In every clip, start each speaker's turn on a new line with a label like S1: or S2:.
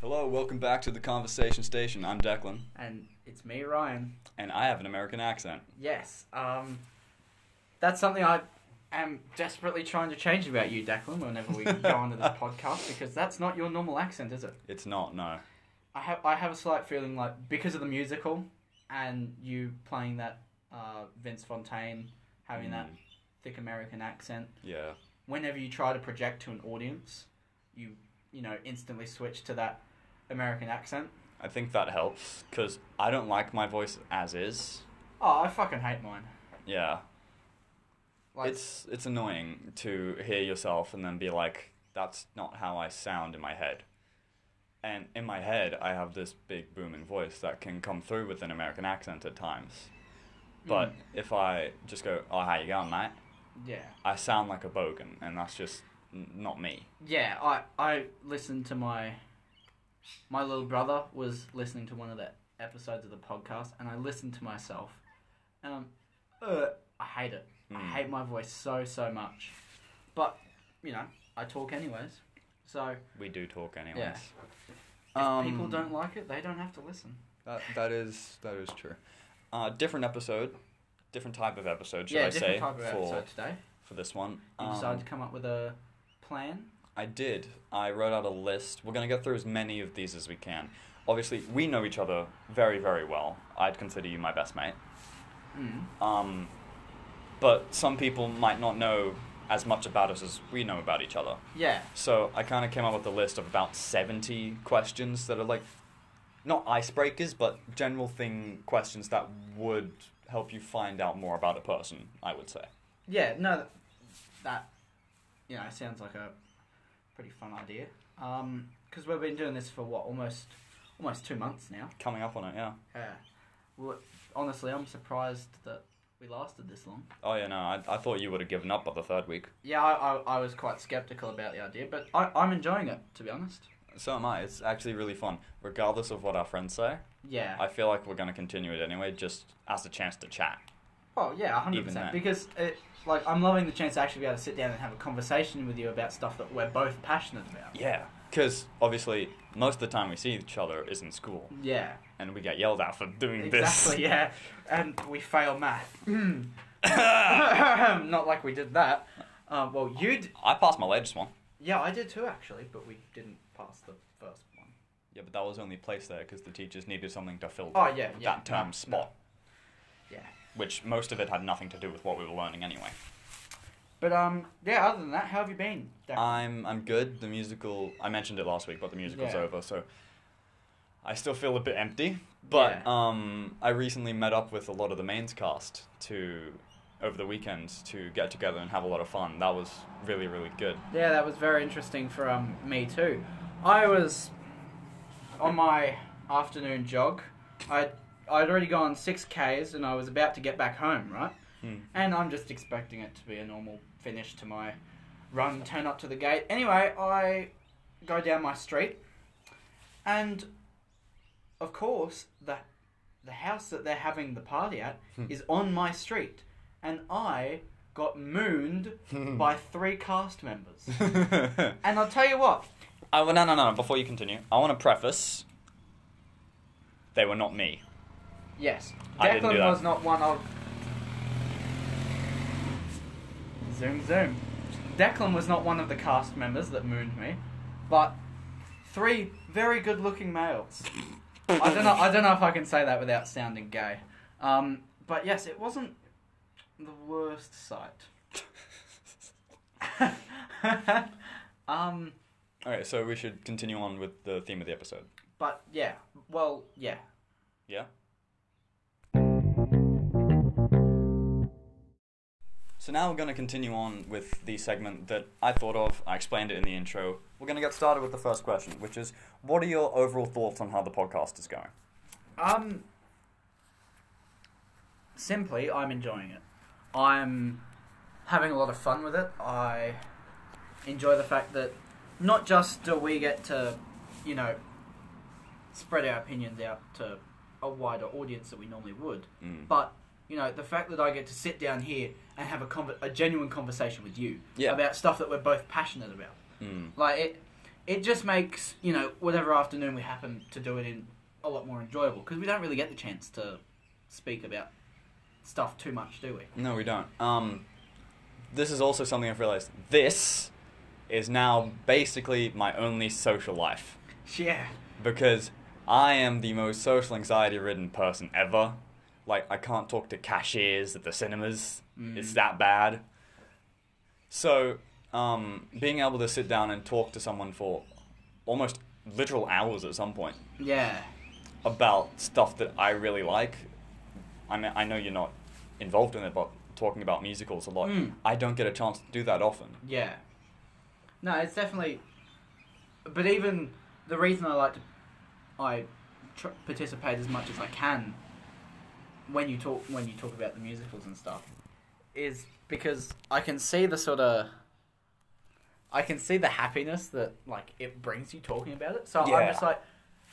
S1: Hello, welcome back to the Conversation Station. I'm Declan,
S2: and it's me, Ryan.
S1: and I have an American accent.
S2: Yes, um, that's something I am desperately trying to change about you, Declan. Whenever we go onto this podcast, because that's not your normal accent, is it?
S1: It's not, no.
S2: I have I have a slight feeling like because of the musical and you playing that uh, Vince Fontaine having that
S1: Mm,
S2: thick American accent.
S1: Yeah.
S2: Whenever you try to project to an audience, you you know instantly switch to that American accent.
S1: I think that helps, because I don't like my voice as is.
S2: Oh, I fucking hate mine.
S1: Yeah.
S2: Like,
S1: it's it's annoying to hear yourself and then be like, that's not how I sound in my head. And in my head, I have this big booming voice that can come through with an American accent at times. But
S2: Mm.
S1: if I just go, oh, how you going, mate?
S2: yeah.
S1: I sound like a bogan, and that's just n- not me.
S2: Yeah, I I listened to my my little brother was listening to one of the episodes of the podcast, and I listened to myself, and I'm, uh, I hate it. I
S1: Mm.
S2: hate my voice so so much, but you know I talk anyways. So
S1: We do talk anyways.
S2: Yeah. Um, if
S1: Um,
S2: people don't like it, they don't have to listen.
S1: That, that is that is true. Uh, different episode, different type of episode, should
S2: yeah,
S1: I
S2: different
S1: say,
S2: type of
S1: for
S2: episode today.
S1: for this one.
S2: You
S1: Um,
S2: decided to come up with a plan.
S1: I did. I wrote out a list. We're going to get through as many of these as we can. Obviously, we know each other very, very well. I'd consider you my best mate.
S2: Mm.
S1: Um, but some people might not know as much about us as we know about each other.
S2: Yeah,
S1: So I kind of came up with a list of about 70 questions that are like, not icebreakers, but general thing questions that would help you find out more about a person, I would say.
S2: yeah. No, that you know sounds like a pretty fun idea. Um, because we've been doing this for what almost almost two months now.
S1: Coming up on it, yeah.
S2: Yeah. Well, honestly, I'm surprised that we lasted this long.
S1: Oh, yeah, no, I, I thought you would have given up by the third week.
S2: Yeah, I, I, I was quite skeptical about the idea, but I, I'm enjoying it to be honest.
S1: So am I. It's actually really fun. Regardless of what our friends say,
S2: Yeah.
S1: I feel like we're going to continue it anyway, just as a chance to chat.
S2: oh yeah, hundred
S1: Even then.
S2: percent. Because it, like I'm loving the chance to actually be able to sit down and have a conversation with you about stuff that we're both passionate about.
S1: Yeah. Because obviously, most of the time we see each other is in school,
S2: Yeah.
S1: and we get yelled at for doing
S2: Exactly. Yeah. And we fail math. Hmm. Not like we did that. Uh, well, you. D-
S1: this. I passed my latest one.
S2: yeah, I did too actually, but we didn't pass the first one.
S1: Yeah, but that was only placed there because the teachers needed something to fill
S2: Oh, yeah, yeah.
S1: that term
S2: No,
S1: spot,
S2: Yeah.
S1: which most of it had nothing to do with what we were learning anyway.
S2: But um, yeah. Other than that, how have you been? Declan?
S1: I'm I'm good. The musical I mentioned it last week, but the musical's
S2: Yeah.
S1: over, so I still feel a bit empty. But
S2: Yeah.
S1: um, I recently met up with a lot of the mains cast to over the weekend to get together and have a lot of fun. That was really really good.
S2: Yeah, that was very interesting for um, me too. I was on my afternoon jog. I I'd already gone six k's and I was about to get back home, right?
S1: Hmm.
S2: And I'm just expecting it to be a normal finish to my run, turn up to the gate. Anyway, I go down my street, and of course the the house that they're having the party at is on my street, and I got mooned by three cast members.
S1: I,
S2: And I'll tell you what.
S1: well, no no no. Before you continue, I want to preface. They were not me.
S2: Yes,
S1: I didn't do
S2: Declan
S1: that.
S2: was not one of. Zoom zoom. Declan was not one of the cast members that mooned me, but three very good-looking males. I don't know. I don't know if I can say that without sounding gay. Um, but yes, it wasn't the worst sight. um,
S1: All right, so we should continue on with the theme of the episode.
S2: but yeah. Well, yeah.
S1: Yeah. So now we're going to continue on with the segment that I thought of. I explained it in the intro. We're going to get started with the first question, which is what are your overall thoughts on how the podcast is going?
S2: Um, simply, I'm enjoying it. I'm having a lot of fun with it. I enjoy the fact that not just do we get to, you know, spread our opinions out to a wider audience that we normally would,
S1: Mm.
S2: but you know, the fact that I get to sit down here and have a conver- a genuine conversation with you
S1: Yeah.
S2: about stuff that we're both passionate about.
S1: Mm.
S2: Like it, it just makes you know whatever afternoon we happen to do it in a lot more enjoyable because we don't really get the chance to speak about stuff too much, do we?
S1: No, we don't. Um, this is also something I've realized. This is now basically my only social life
S2: Yeah.
S1: because I am the most social anxiety ridden person ever. Like, I can't talk to cashiers at the cinemas. It's that bad. So, um, being able to sit down and talk to someone for almost literal hours at some point
S2: Yeah.
S1: about stuff that I really like. I mean, I know you're not involved in it, but talking about musicals a lot,
S2: Mm.
S1: I don't get a chance to do that often.
S2: Yeah. No, it's definitely. But even the reason I like to, I tr- participate as much as I can. When you talk, when you talk about the musicals and stuff, is because I can see the sort of. I can see the happiness that like it brings you talking about it. So I'm
S1: Yeah.
S2: just like,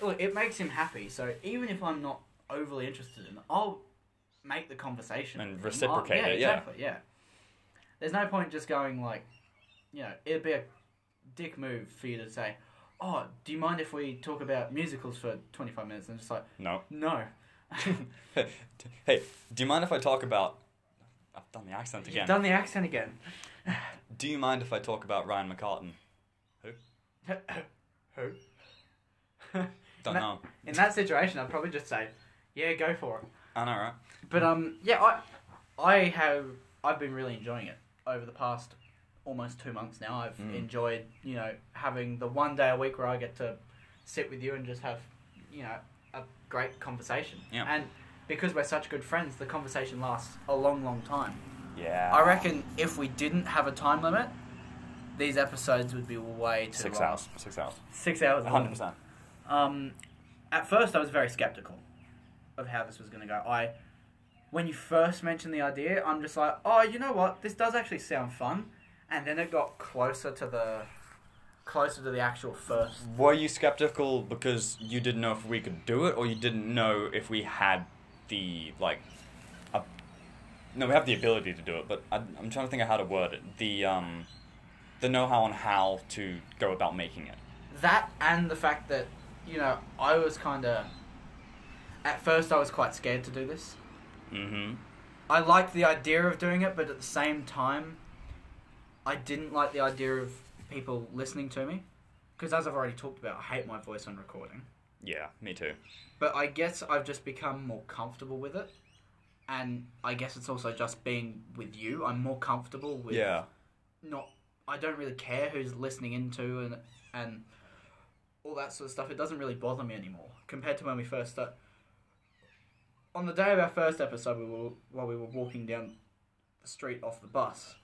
S2: look, it makes him happy. So even if I'm not overly interested in it, I'll make the conversation
S1: And
S2: I'll-
S1: reciprocate
S2: yeah,
S1: it, yeah.
S2: exactly. Yeah. There's no point just going like, you know, it'd be a dick move for you to say, "Oh, do you mind if we talk about musicals for 25 minutes?" And just like,
S1: No.
S2: no,
S1: hey, do you mind if I talk about. I've done the accent
S2: you've
S1: again.
S2: done the accent again.
S1: Do you mind if I talk about Ryan McCartan?
S2: Who?
S1: Don't
S2: No.
S1: know.
S2: In that situation, I'd probably just say, "Yeah, go for it."
S1: I know, right?
S2: But um, yeah, I, I have, I've been really enjoying it over the past almost two months now. I've
S1: Mm.
S2: enjoyed, you know, having the one day a week where I get to sit with you and just have, you know, a great conversation.
S1: Yeah.
S2: And because we're such good friends, the conversation lasts a long, long time.
S1: Yeah.
S2: I reckon if we didn't have a time limit, these episodes would be way too
S1: Six
S2: long.
S1: hours. Six hours.
S2: Six hours. long.
S1: 100%.
S2: Um, at first, I was very skeptical of how this was going to go. I, when you first mentioned the idea, I'm just like, oh, you know what? This does actually sound fun. And then it got closer to the, closer to the actual first.
S1: Were you skeptical because you didn't know if we could do it, or you didn't know if we had the like? ab- no, we have the ability to do it, but I, I'm trying to think of how to word it. The um, the know-how on how to go about making it.
S2: That and the fact that, you know, I was kind of. At first, I was quite scared to do this.
S1: Mm-hmm.
S2: I liked the idea of doing it, but at the same time, I didn't like the idea of people listening to me. Because as I've already talked about, I hate my voice on recording.
S1: Yeah, me too.
S2: But I guess I've just become more comfortable with it. And I guess it's also just being with you. I'm more comfortable with
S1: Yeah,
S2: not I don't really care who's listening into and and all that sort of stuff. It doesn't really bother me anymore compared to when we first start. On the day of our first episode, we were while we were walking down the street off the bus,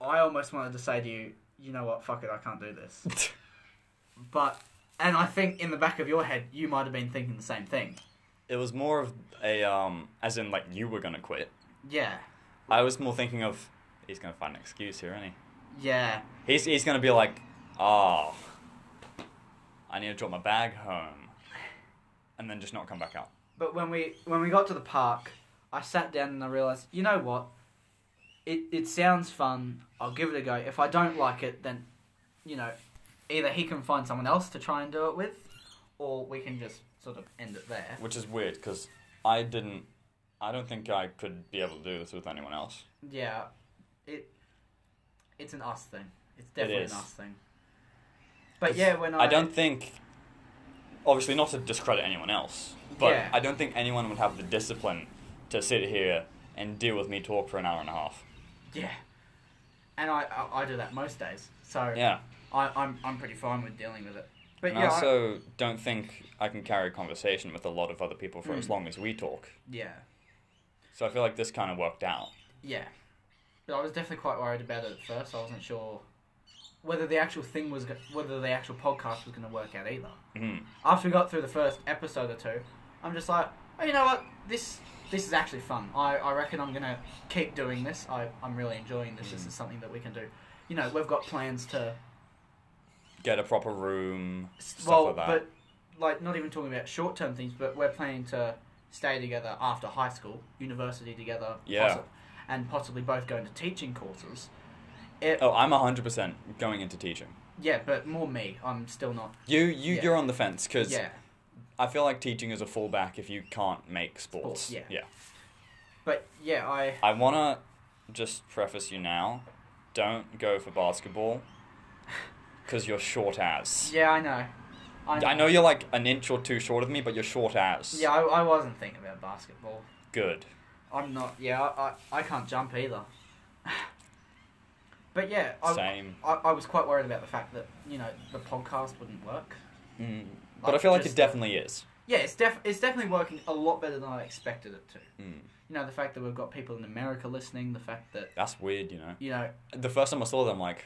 S2: I almost wanted to say to you, you know what, fuck it, I can't do this. but and I think in the back of your head, you might have been thinking the same thing.
S1: it was more of a um, as in like you were gonna quit.
S2: Yeah,
S1: I was more thinking of he's gonna find an excuse here, isn't he?
S2: yeah,
S1: He's he's gonna be like, oh, I need to drop my bag home, and then just not come back out.
S2: But when we when we got to the park, I sat down and I realized, you know what? It it sounds fun. I'll give it a go. If I don't like it, then you know, either he can find someone else to try and do it with, or we can just sort of end it there.
S1: which is weird because I didn't. I don't think I could be able to do this with anyone else.
S2: Yeah, it it's an us thing. It's definitely
S1: is.
S2: an us thing. But yeah, when I,
S1: I don't think, obviously, not to discredit anyone else, but
S2: Yeah.
S1: I don't think anyone would have the discipline to sit here and deal with me talk for an hour and a half.
S2: yeah, and I I, I do that most days. So
S1: Yeah,
S2: I, I'm I'm pretty fine with dealing with it. But
S1: and I
S2: yeah, I-
S1: also don't think I can carry a conversation with a lot of other people for as
S2: Mm.
S1: long as we talk.
S2: yeah.
S1: So I feel like this kind of worked out.
S2: Yeah. But I was definitely quite worried about it at first. I wasn't sure whether the actual thing was go- whether the actual podcast was going to work out either.
S1: Mm.
S2: After we got through the first episode or two, I'm just like, oh, you know what? This this is actually fun. I, I reckon I'm going to keep doing this. I, I'm really enjoying this.
S1: Hmm.
S2: This is something that we can do. You know, we've got plans to
S1: Get a proper room, stuff
S2: well,
S1: like that.
S2: but like not even talking about short term things, but we're planning to stay together after high school, university together,
S1: Yeah.
S2: possi- and possibly both go into teaching courses. It,
S1: oh, I'm hundred percent going into teaching.
S2: Yeah, but more me. I'm still not.
S1: You you
S2: Yeah.
S1: you're on the fence because
S2: Yeah,
S1: I feel like teaching is a fallback if you can't make sports.
S2: Sports, yeah.
S1: yeah.
S2: but yeah, I
S1: I wanna just preface you now. Don't go for basketball because you're short as.
S2: yeah I know.
S1: I know you're like an inch or two short of me, but you're short as.
S2: Yeah, I, I wasn't thinking about basketball.
S1: Good.
S2: I'm not. Yeah, I I, I can't jump either. but yeah, I,
S1: Same.
S2: I I was quite worried about the fact that you know the podcast wouldn't work.
S1: Mm.
S2: Like,
S1: But I feel like
S2: just-
S1: it definitely is.
S2: Yeah, it's def it's definitely working a lot better than I expected it to.
S1: Mm.
S2: You know, the fact that we've got people in America listening, the fact that
S1: That's weird, you know.
S2: you know
S1: The first time I saw them, like,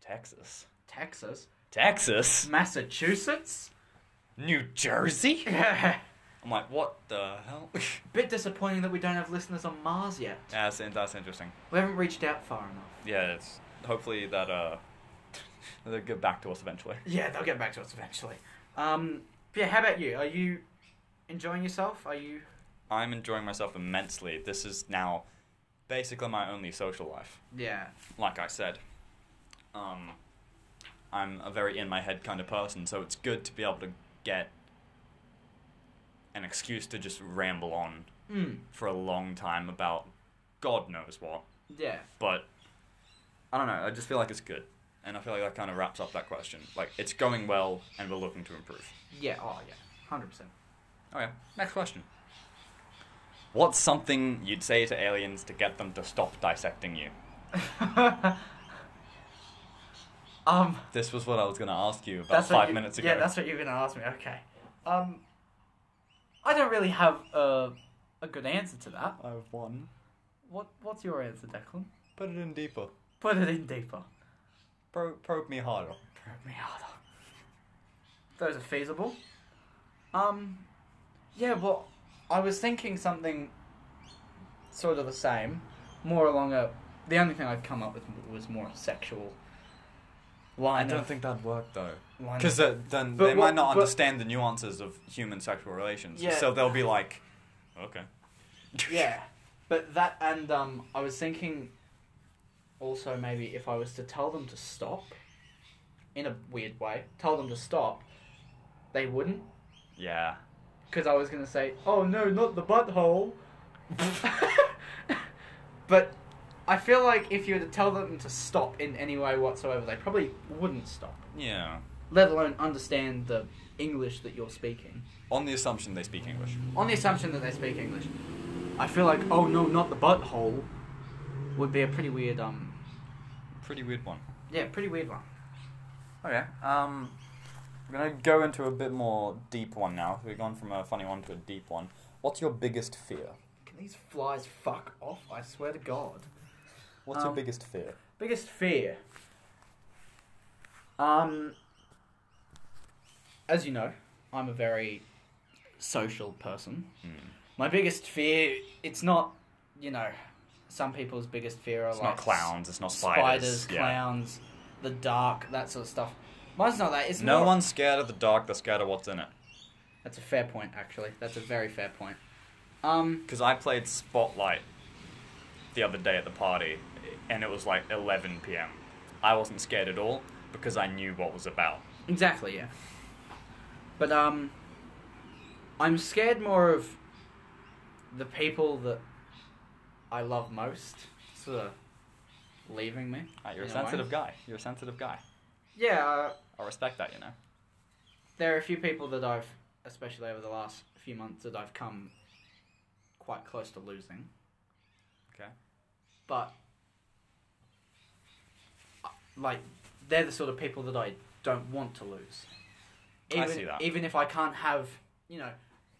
S1: Texas.
S2: Texas,
S1: Texas?
S2: Massachusetts.
S1: New Jersey?
S2: Yeah.
S1: I'm like, what the hell?
S2: Bit disappointing that we don't have listeners on Mars yet.
S1: that's, that's interesting.
S2: We haven't reached out far enough.
S1: Yeah, it's hopefully that uh they'll get back to us eventually.
S2: Yeah, they'll get back to us eventually. Um, but yeah, how about you? Are you enjoying yourself? Are you?
S1: I'm enjoying myself immensely. This is now basically my only social life.
S2: Yeah.
S1: Like I said, um, I'm a very in my head kind of person, so it's good to be able to get an excuse to just ramble on
S2: Mm.
S1: for a long time about God knows what.
S2: Yeah.
S1: But I don't know. I just feel like it's good, and I feel like that kind of wraps up that question. Like it's going well, and we're looking to improve.
S2: Yeah. Oh, yeah. Hundred percent.
S1: Okay, next question. What's something you'd say to aliens to get them to stop dissecting you?
S2: Um.
S1: This was what I was going to ask you about
S2: That's what
S1: five
S2: you-
S1: minutes ago.
S2: Yeah, that's what you're gonna ask me. Okay. Um. I don't really have a a good answer to that.
S1: I have one.
S2: What What's your answer, Declan?
S1: Put it in deeper.
S2: Put it in deeper.
S1: Pro- probe me harder.
S2: Probe me harder. Those are feasible. Um, yeah, well, I was thinking something sort of the same, more along a. The only thing I'd come up with was more sexual
S1: I
S2: line.
S1: don't
S2: of-
S1: think that'd work though.
S2: line of-
S1: Because uh, then
S2: But
S1: they
S2: what-
S1: might not
S2: but-
S1: understand the nuances of human sexual relations.
S2: Yeah.
S1: So they'll be like, okay.
S2: yeah, but that and um, I was thinking also maybe if I was to tell them to stop, in a weird way, tell them to stop, they wouldn't.
S1: Yeah.
S2: because I was gonna say, "Oh no, not the butthole," but I feel like if you were to tell them to stop in any way whatsoever, they probably wouldn't stop,
S1: Yeah.
S2: let alone understand the English that you're speaking.
S1: On the assumption they speak English.
S2: On the assumption that they speak English, I feel like, "Oh no, not the butthole," would be a pretty weird, um,
S1: Pretty weird one.
S2: yeah, pretty weird one.
S1: Okay. Um, we're gonna go into a bit more deep one now. We've gone from a funny one to a deep one. What's your biggest fear?
S2: Can these flies fuck off? I swear to God.
S1: What's
S2: Um,
S1: your biggest fear?
S2: Biggest fear. Um, as you know, I'm a very social person.
S1: Hmm.
S2: My biggest fear, it's not, you know, some people's biggest fear are
S1: It's
S2: like
S1: not clowns. It's not
S2: s-
S1: spiders.
S2: spiders,
S1: yeah.
S2: clowns, the dark, that sort of stuff. Mine's not that. It's
S1: No
S2: more-
S1: one's scared of the dark. They're scared of what's in it.
S2: That's a fair point, actually. That's a very fair point. Um,
S1: Because I played Spotlight the other day at the party, and it was like 11 p.m. I wasn't scared at all because I knew what was about.
S2: Exactly, yeah. But um I'm scared more of the people that I love most sort of leaving me.
S1: Ah, you're
S2: in
S1: a
S2: way.
S1: sensitive guy. You're a sensitive guy.
S2: Yeah, uh,
S1: I respect that, you know.
S2: there are a few people that I've especially over the last few months that I've come quite close to losing,
S1: Okay.
S2: but uh, like they're the sort of people that I don't want to lose.
S1: I
S2: Even,
S1: see that.
S2: Even if I can't have, you know,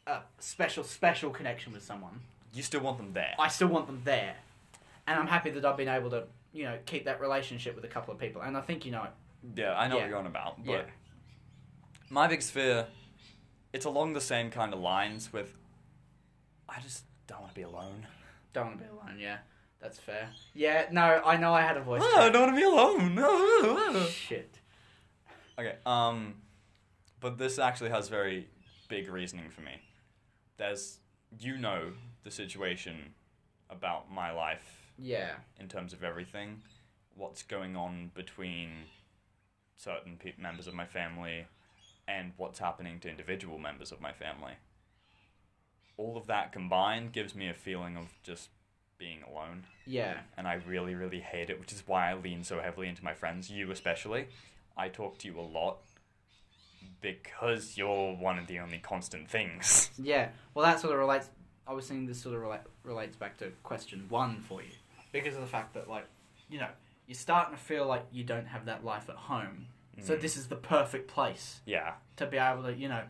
S2: a special special connection with someone,
S1: You still want them there.
S2: I still want them there. And I'm happy that I've been able to, you know, keep that relationship with a couple of people. And I think you know it.
S1: Yeah, I know
S2: Yeah.
S1: what you're on about, but
S2: Yeah.
S1: my biggest fear, it's along the same kind of lines with, I just don't want to be alone.
S2: Don't want to be alone, yeah. That's fair. Yeah, no, I know I had a voice.
S1: I
S2: crack.
S1: don't want to be alone.
S2: Shit.
S1: okay, um, but this actually has very big reasoning for me. There's, you know, the situation about my life
S2: Yeah.
S1: in terms of everything, what's going on between certain pe- members of my family and what's happening to individual members of my family. All of that combined gives me a feeling of just being alone.
S2: Yeah.
S1: And I really, really hate it, which is why I lean so heavily into my friends, you especially. I talk to you a lot because you're one of the only constant things.
S2: Yeah. Well, that sort of relates. I was thinking this sort of rela- relates back to question one for you, because of the fact that like, you know, you're starting to feel like you don't have that life at home. So this is the perfect place
S1: Yeah.
S2: to be able to, you know,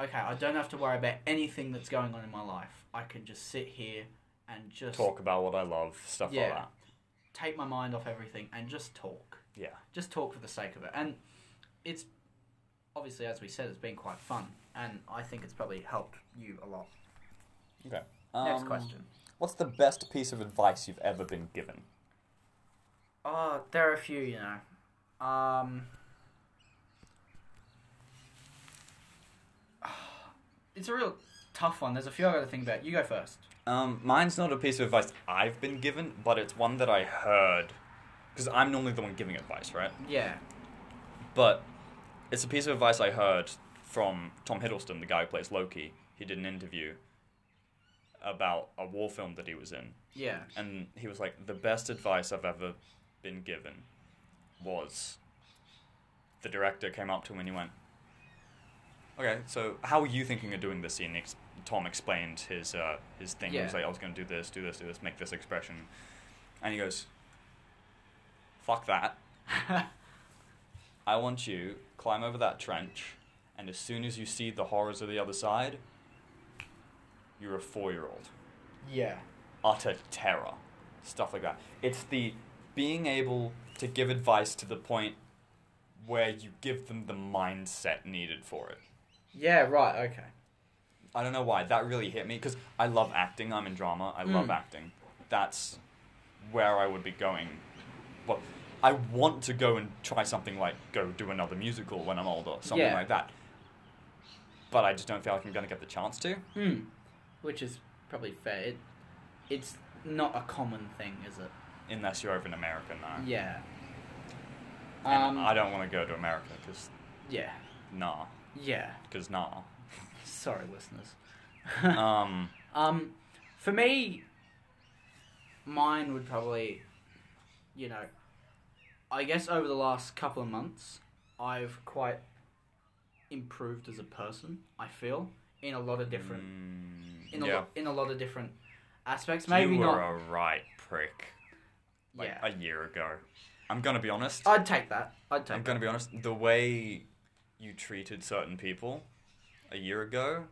S2: okay, I don't have to worry about anything that's going on in my life. I can just sit here and just
S1: Talk about what I love, stuff like
S2: Yeah.
S1: that.
S2: take my mind off everything and just talk.
S1: Yeah.
S2: Just talk for the sake of it. And it's obviously, as we said, it's been quite fun, and I think it's probably helped you a lot.
S1: Okay. Um,
S2: Next question.
S1: What's the best piece of advice you've ever been given?
S2: Oh, there are a few, you know. Um, it's a real tough one. There's a few I got to think about. You go first.
S1: Um, mine's not a piece of advice I've been given, but it's one that I heard. Because I'm normally the one giving advice, right?
S2: Yeah.
S1: But it's a piece of advice I heard from Tom Hiddleston, the guy who plays Loki. He did an interview about a war film that he was in.
S2: Yeah.
S1: And he was like, The best advice I've ever been given was the director came up to him and he went, Okay, so how are you thinking of doing this scene? Ex- Tom explained his uh, his thing. He was
S2: Yeah.
S1: like, I was going to do this, do this, do this, make this expression. And he goes, Fuck that. I want you climb over that trench, and as soon as you see the horrors of the other side, you're a four year old
S2: yeah.
S1: utter terror, stuff like that. It's the being able to give advice to the point where you give them the mindset needed for it.
S2: Yeah. Right. Okay.
S1: I don't know why that really hit me because I love acting. I'm in drama. I love
S2: Mm.
S1: acting. That's where I would be going. Well, I want to go and try something like go do another musical when I'm older, something
S2: Yeah.
S1: like that. But I just don't feel like I'm going to get the chance to.
S2: Hmm. Which is probably fair. It, it's not a common thing, is it?
S1: unless you're over in America now.
S2: Yeah.
S1: And
S2: Um.
S1: I don't want to go to America because
S2: yeah.
S1: nah.
S2: Yeah.
S1: because nah.
S2: Sorry, listeners.
S1: Um,
S2: Um, for me, mine would probably, you know, I guess over the last couple of months, I've quite improved as a person. I feel in a lot of different
S1: mm,
S2: in a
S1: yeah.
S2: lot in a lot of different aspects. Maybe
S1: you were
S2: not.
S1: a right prick like
S2: yeah,
S1: a year ago. I'm gonna be honest.
S2: I'd take that. I'd
S1: I'm
S2: take.
S1: gonna be honest. The way you treated certain people a year ago,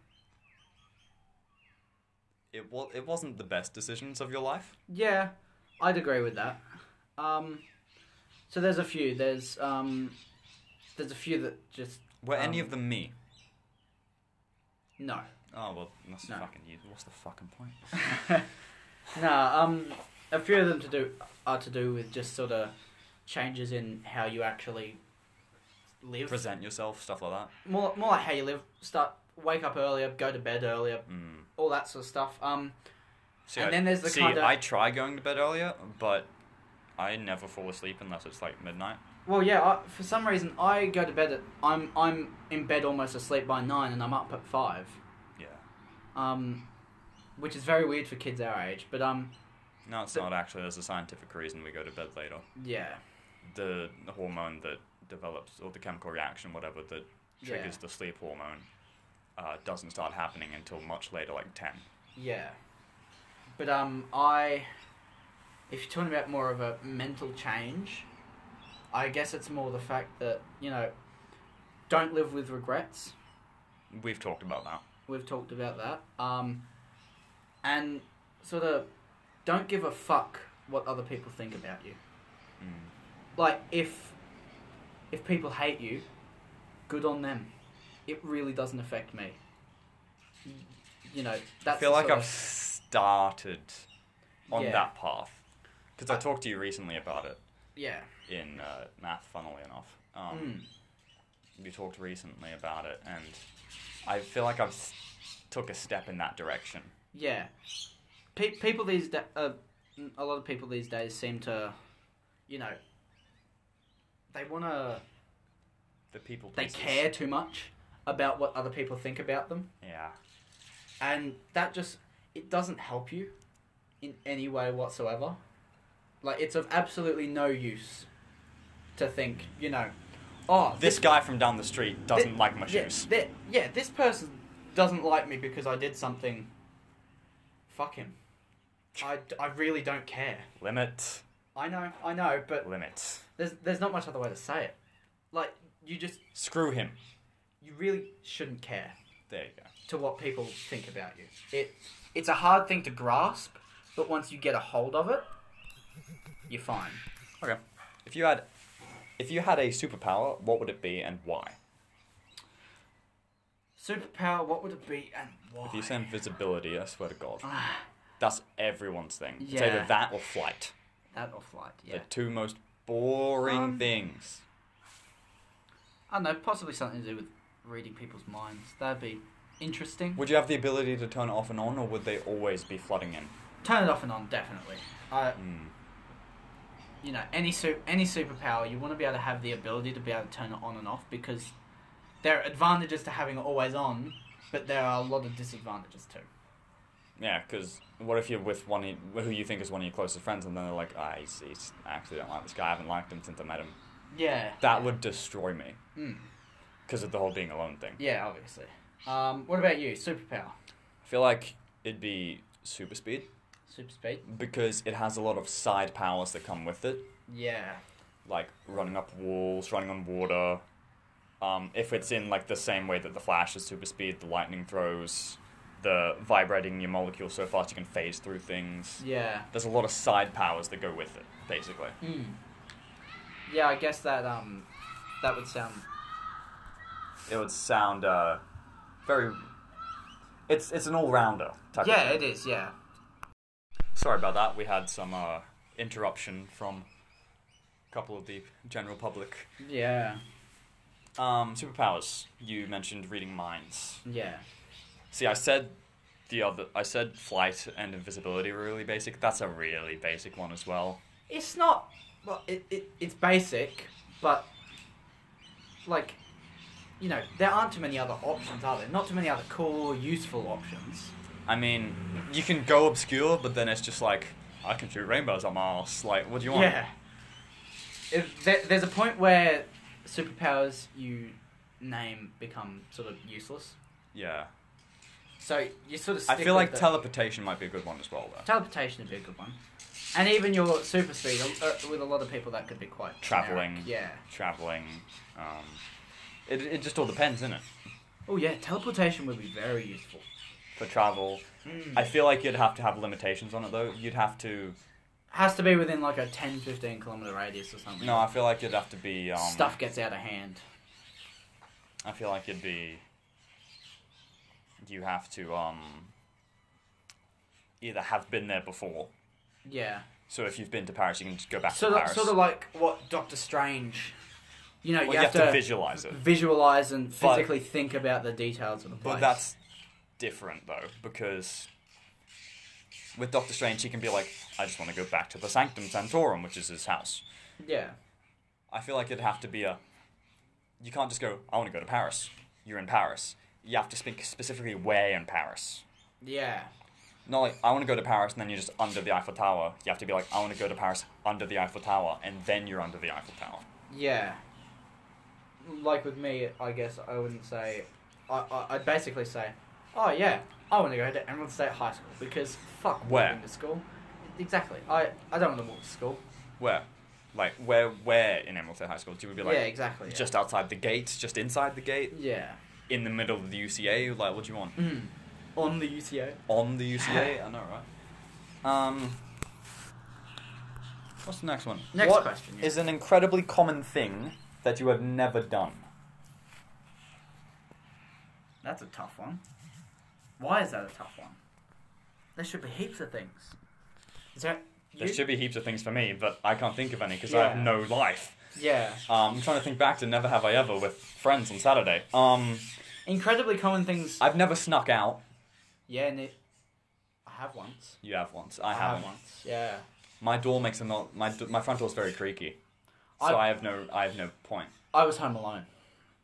S1: it was it wasn't the best decisions of your life.
S2: Yeah, I'd agree with that. Um, so there's a few. There's um, there's a few that just
S1: Were any
S2: Um,
S1: of them me?
S2: no.
S1: Oh well, that's
S2: no.
S1: fucking you. What's the fucking point?
S2: Nah, um, a few of them to do are to do with just sort of changes in how you actually live.
S1: Present yourself, stuff like that.
S2: More, more like how you live. Start wake up earlier, go to bed earlier,
S1: Mm.
S2: all that sort of stuff. Um,
S1: See,
S2: And
S1: I,
S2: then there's the
S1: see,
S2: kinda-
S1: I try going to bed earlier, but I never fall asleep unless it's like midnight.
S2: well, yeah. I, for some reason, I go to bed at I'm I'm in bed almost asleep by nine, and I'm up at five.
S1: Yeah.
S2: Um, which is very weird for kids our age, but um,
S1: No, it's
S2: But-
S1: not actually. There's a scientific reason we go to bed later.
S2: yeah,
S1: The hormone that develops, or the chemical reaction, whatever, that triggers the sleep hormone, uh, doesn't start happening until much later, like 10.
S2: Yeah. But um I if you're talking about more of a mental change, I guess it's more the fact that, you know, don't live with regrets.
S1: We've talked about that.
S2: We've talked about that. Um and sort of don't give a fuck what other people think about you.
S1: Mm.
S2: Like if if people hate you, good on them. It really doesn't affect me. You know,
S1: I
S2: that's
S1: feel
S2: the
S1: like
S2: sort
S1: I've
S2: of-
S1: started on
S2: Yeah.
S1: that path. Because I talked to you recently about it
S2: yeah.
S1: in uh, math, funnily enough. Um,
S2: Mm. Hmm.
S1: you talked recently about it, and I feel like I've s- took a step in that direction.
S2: Yeah, Pe- people these da- uh, a lot of people these days seem to, you know, they want to
S1: the people
S2: They
S1: pleasers.
S2: care too much about what other people think about them.
S1: Yeah.
S2: and that just it doesn't help you in any way whatsoever like it's of absolutely no use to think you know oh
S1: This guy from down the street doesn't
S2: thi-
S1: like my
S2: yeah,
S1: shoes.
S2: thi- yeah this person doesn't like me because i did something fuck him i, I really don't care
S1: Limit.
S2: i know i know but
S1: Limit.
S2: there's there's not much other way to say it like you just
S1: Screw him.
S2: you really shouldn't care
S1: There you go.
S2: to what people think about you. It it's a hard thing to grasp, but once you get a hold of it, you're fine.
S1: Okay. If you had, if you had a superpower, what would it be and why?
S2: Superpower, what would it be and why?
S1: If you say invisibility, I swear to God, that's everyone's thing. It's
S2: Ah. Yeah.
S1: either that or flight.
S2: that or flight, yeah.
S1: The two most boring
S2: Um,
S1: things.
S2: I don't know, possibly something to do with reading people's minds. That'd be interesting.
S1: Would you have the ability to turn it off and on, or would they always be flooding in?
S2: Turn it off and on, definitely. I,
S1: Mm.
S2: you know, any su- any superpower, you want to be able to have the ability to be able to turn it on and off because there are advantages to having it always on, but there are a lot of disadvantages too.
S1: Yeah, because what if you're with one of- who you think is one of your closest friends, and then they're like, "Ah, he's, he's I actually don't like this guy. I haven't liked him since I met him."
S2: Yeah.
S1: That would destroy me
S2: Mm.
S1: because of the whole being alone thing.
S2: Yeah, obviously. Um, what about you? Superpower,
S1: I feel like it'd be super speed
S2: super speed.
S1: because it has a lot of side powers that come with it,
S2: Yeah.
S1: like running up walls, running on water. Um, if it's in like the same way that the Flash is super speed, the lightning throws, the vibrating your molecules so fast you can phase through things.
S2: Yeah.
S1: There's a lot of side powers that go with it, basically.
S2: Mm. Yeah, I guess that um, that would sound.
S1: It would sound uh, very. It's it's an all rounder type.
S2: Yeah,
S1: Of
S2: it
S1: thing.
S2: is. Yeah.
S1: Sorry about that. We had some uh, interruption from a couple of the general public.
S2: Yeah.
S1: Um, superpowers. You mentioned reading minds.
S2: Yeah.
S1: See, I said the other. I said flight and invisibility were really basic. That's a really basic one as well.
S2: It's not. Well, it, it it's basic, but like, you know, there aren't too many other options, are there? Not too many other cool, useful options.
S1: I mean, you can go obscure, but then it's just like I can shoot rainbows on my ass. Like, what do you want?
S2: Yeah. If there, there's a point where superpowers you name become sort of useless.
S1: Yeah.
S2: So you sort of. Stick
S1: I feel like
S2: with the-
S1: teleportation might be a good one as well, though.
S2: teleportation would be a good one, and even your super speed. uh, uh, with a lot of people, that could be quite generic.
S1: Traveling.
S2: Yeah.
S1: Traveling. Um, it, it just all depends, isn't it?
S2: Oh yeah, teleportation would be very useful.
S1: For travel, I feel like you'd have to have limitations on it, though. You'd have to.
S2: Has to be within like a 10, 15 kilometer radius or something.
S1: No, I feel like you'd have to be. Um,
S2: Stuff gets out of hand.
S1: I feel like it'd be. You have to um. Either have been there before,
S2: Yeah.
S1: so if you've been to Paris, you can just go back
S2: Sort
S1: to
S2: of,
S1: Paris.
S2: sort of like what Doctor Strange. You know,
S1: Well,
S2: you, have, to,
S1: visualize it,
S2: visualize and
S1: But-
S2: physically think about the details of the place.
S1: but that's different though because with Doctor Strange, he can be like, "I just want to go back to the Sanctum Sanctorum, which is his house."
S2: yeah.
S1: I feel like it'd have to be a. You can't just go. I want to go to Paris. You're in Paris. You have to speak specifically where in Paris.
S2: Yeah.
S1: Not like I want to go to Paris and then you're just under the Eiffel Tower. You have to be like I want to go to Paris under the Eiffel Tower and then you're under the Eiffel Tower.
S2: Yeah. Like with me, I guess I wouldn't say. I, I, I'd basically say, oh yeah, I want to go to Emerald State High School because fuck
S1: Where?
S2: walking to school. Exactly. I, I don't want to walk to school.
S1: Where? Like where? Where in Emerald State High School? Do you would be like
S2: yeah, exactly. yeah.
S1: just outside the gate, just inside the gate,
S2: Yeah.
S1: in the middle of the UCA? Like what do you want?
S2: Mm. On the UCO.
S1: On the UCA? I know, right? Um. What's the next one?
S2: Next
S1: What
S2: question, yeah.
S1: Is an incredibly common thing that you have never done.
S2: That's a tough one. Why is that a tough one? There should be heaps of things. Is that.
S1: There should be heaps of things for me, but I can't think of any because I have
S2: Yeah.
S1: no life.
S2: Yeah.
S1: Um, I'm trying to think back to Never Have I Ever with friends on Saturday. Um,
S2: Incredibly common things.
S1: I've never snuck out.
S2: yeah, and it. I have once.
S1: You have once. I,
S2: have
S1: haven't.
S2: once. Yeah.
S1: My door makes a no- my d- my front door's very creaky, so
S2: I-
S1: I, have no I have no point.
S2: I was home alone.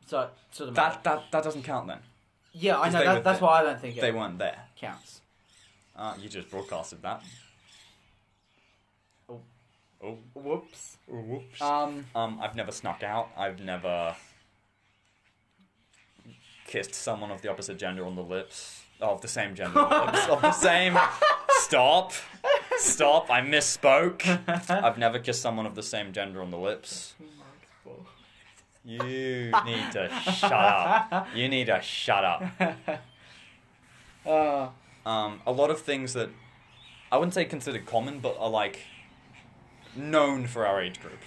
S3: So it sort of
S1: That that that doesn't count then.
S3: yeah, I
S1: Because
S3: know
S1: they
S3: that,
S1: were
S3: that's
S1: there.
S3: why I don't think it
S1: They weren't there.
S3: counts.
S1: Uh, you just broadcasted that.
S3: Oh.
S1: Oh.
S3: Whoops.
S1: Whoops.
S2: Um,
S1: Um, I've never snuck out. I've never kissed someone of the opposite gender on the lips. Of the same gender on the lips. Of the same. Stop. Stop. I misspoke. I've never kissed someone of the same gender on the lips. You need to shut up. You need to shut up.
S2: uh,
S1: Um, a lot of things that I wouldn't say considered common, but are like known for our age group,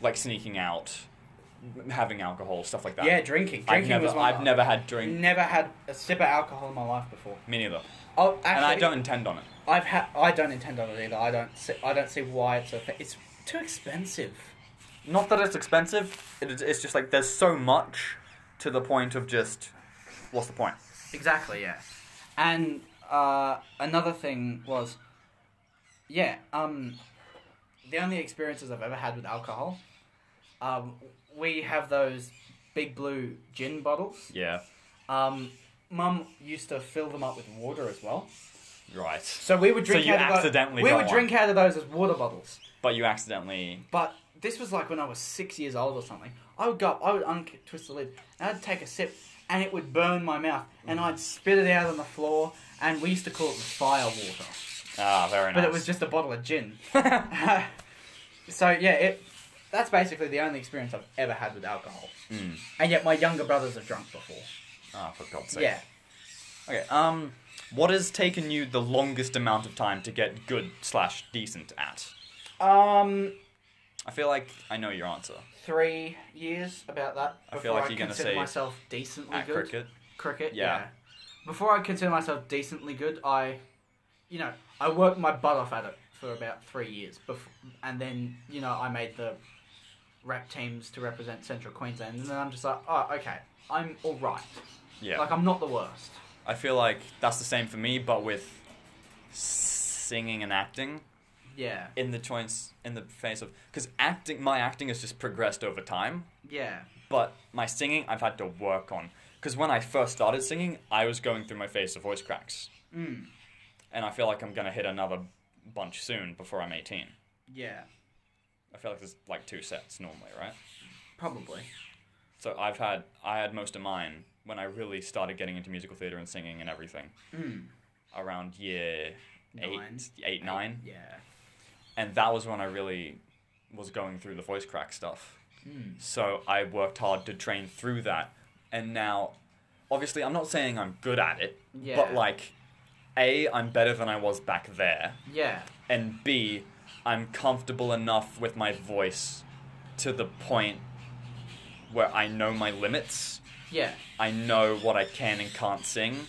S1: like sneaking out, m- having alcohol, stuff like that.
S2: yeah, drinking. Drinking
S1: I've never,
S2: was one.
S1: I've never had drink.
S2: never had a sip of alcohol in my life before.
S1: Me neither,
S2: Oh, actually,
S1: and I don't intend on it.
S2: I've had. I don't intend on it either. I don't. See, I don't see why it's a. Th- it's too expensive.
S1: Not that it's expensive. It, it's just like there's so much to the point of just what's the point?
S2: Exactly. Yeah. And uh, another thing was, yeah. Um, the only experiences I've ever had with alcohol, um, we have those big blue gin bottles.
S1: Yeah,
S2: Um, Mum used to fill them up with water as well.
S1: right.
S2: So we would drink.
S1: you
S2: out of tho-
S1: accidentally
S2: we
S1: got
S2: would
S1: one.
S2: drink out of those as water bottles.
S1: But you accidentally.
S2: But this was like when I was six years old or something. I would go up, I would untwist the lid, and I'd take a sip, and it would burn my mouth, and
S1: Mm.
S2: I'd spit it out on the floor, and we used to call it the fire water.
S1: Ah, very nice.
S2: But it was just a bottle of gin. so yeah, it, that's basically the only experience I've ever had with alcohol.
S1: Mm.
S2: And yet my younger brothers have drunk before.
S1: Ah, for God's sake.
S2: Yeah.
S1: Okay. Um, what has taken you the longest amount of time to get good slash decent at?
S2: Um,
S1: I feel like I know your answer.
S2: three years about that.
S1: I feel
S2: before
S1: like you're gonna
S2: consider
S1: say
S2: myself decently
S1: At
S2: good.
S1: cricket.
S2: cricket.
S1: Yeah.
S2: Yeah. Before I consider myself decently good, I, you know, I worked my butt off at it for about three years, bef- and then you know I made the rep teams to represent Central Queensland, and then I'm just like, oh, okay, I'm all right.
S1: Yeah.
S2: Like I'm not the worst.
S1: I feel like that's the same for me, but with singing and acting
S2: Yeah.
S1: in the choice in the face of because acting my acting has just progressed over time,
S2: Yeah.
S1: but my singing I've had to work on because when I first started singing, I was going through my phase of voice cracks,
S2: Mm.
S1: and I feel like I'm gonna hit another bunch soon before I'm 18.
S2: Yeah.
S1: I feel like there's like two sets normally, right?
S2: Probably.
S1: So I've had I had most of mine when I really started getting into musical theater and singing and everything
S2: Mm.
S1: around year eight,
S2: Nine.
S1: eight, nine,
S2: Yeah.
S1: and that was when I really was going through the voice crack stuff.
S2: Mm.
S1: So I worked hard to train through that, and now, obviously, I'm not saying I'm good at it,
S2: Yeah.
S1: but like, a I'm better than I was back there,
S2: Yeah.
S1: and B, I'm comfortable enough with my voice to the point where I know my limits.
S2: Yeah.
S1: I know what I can and can't sing,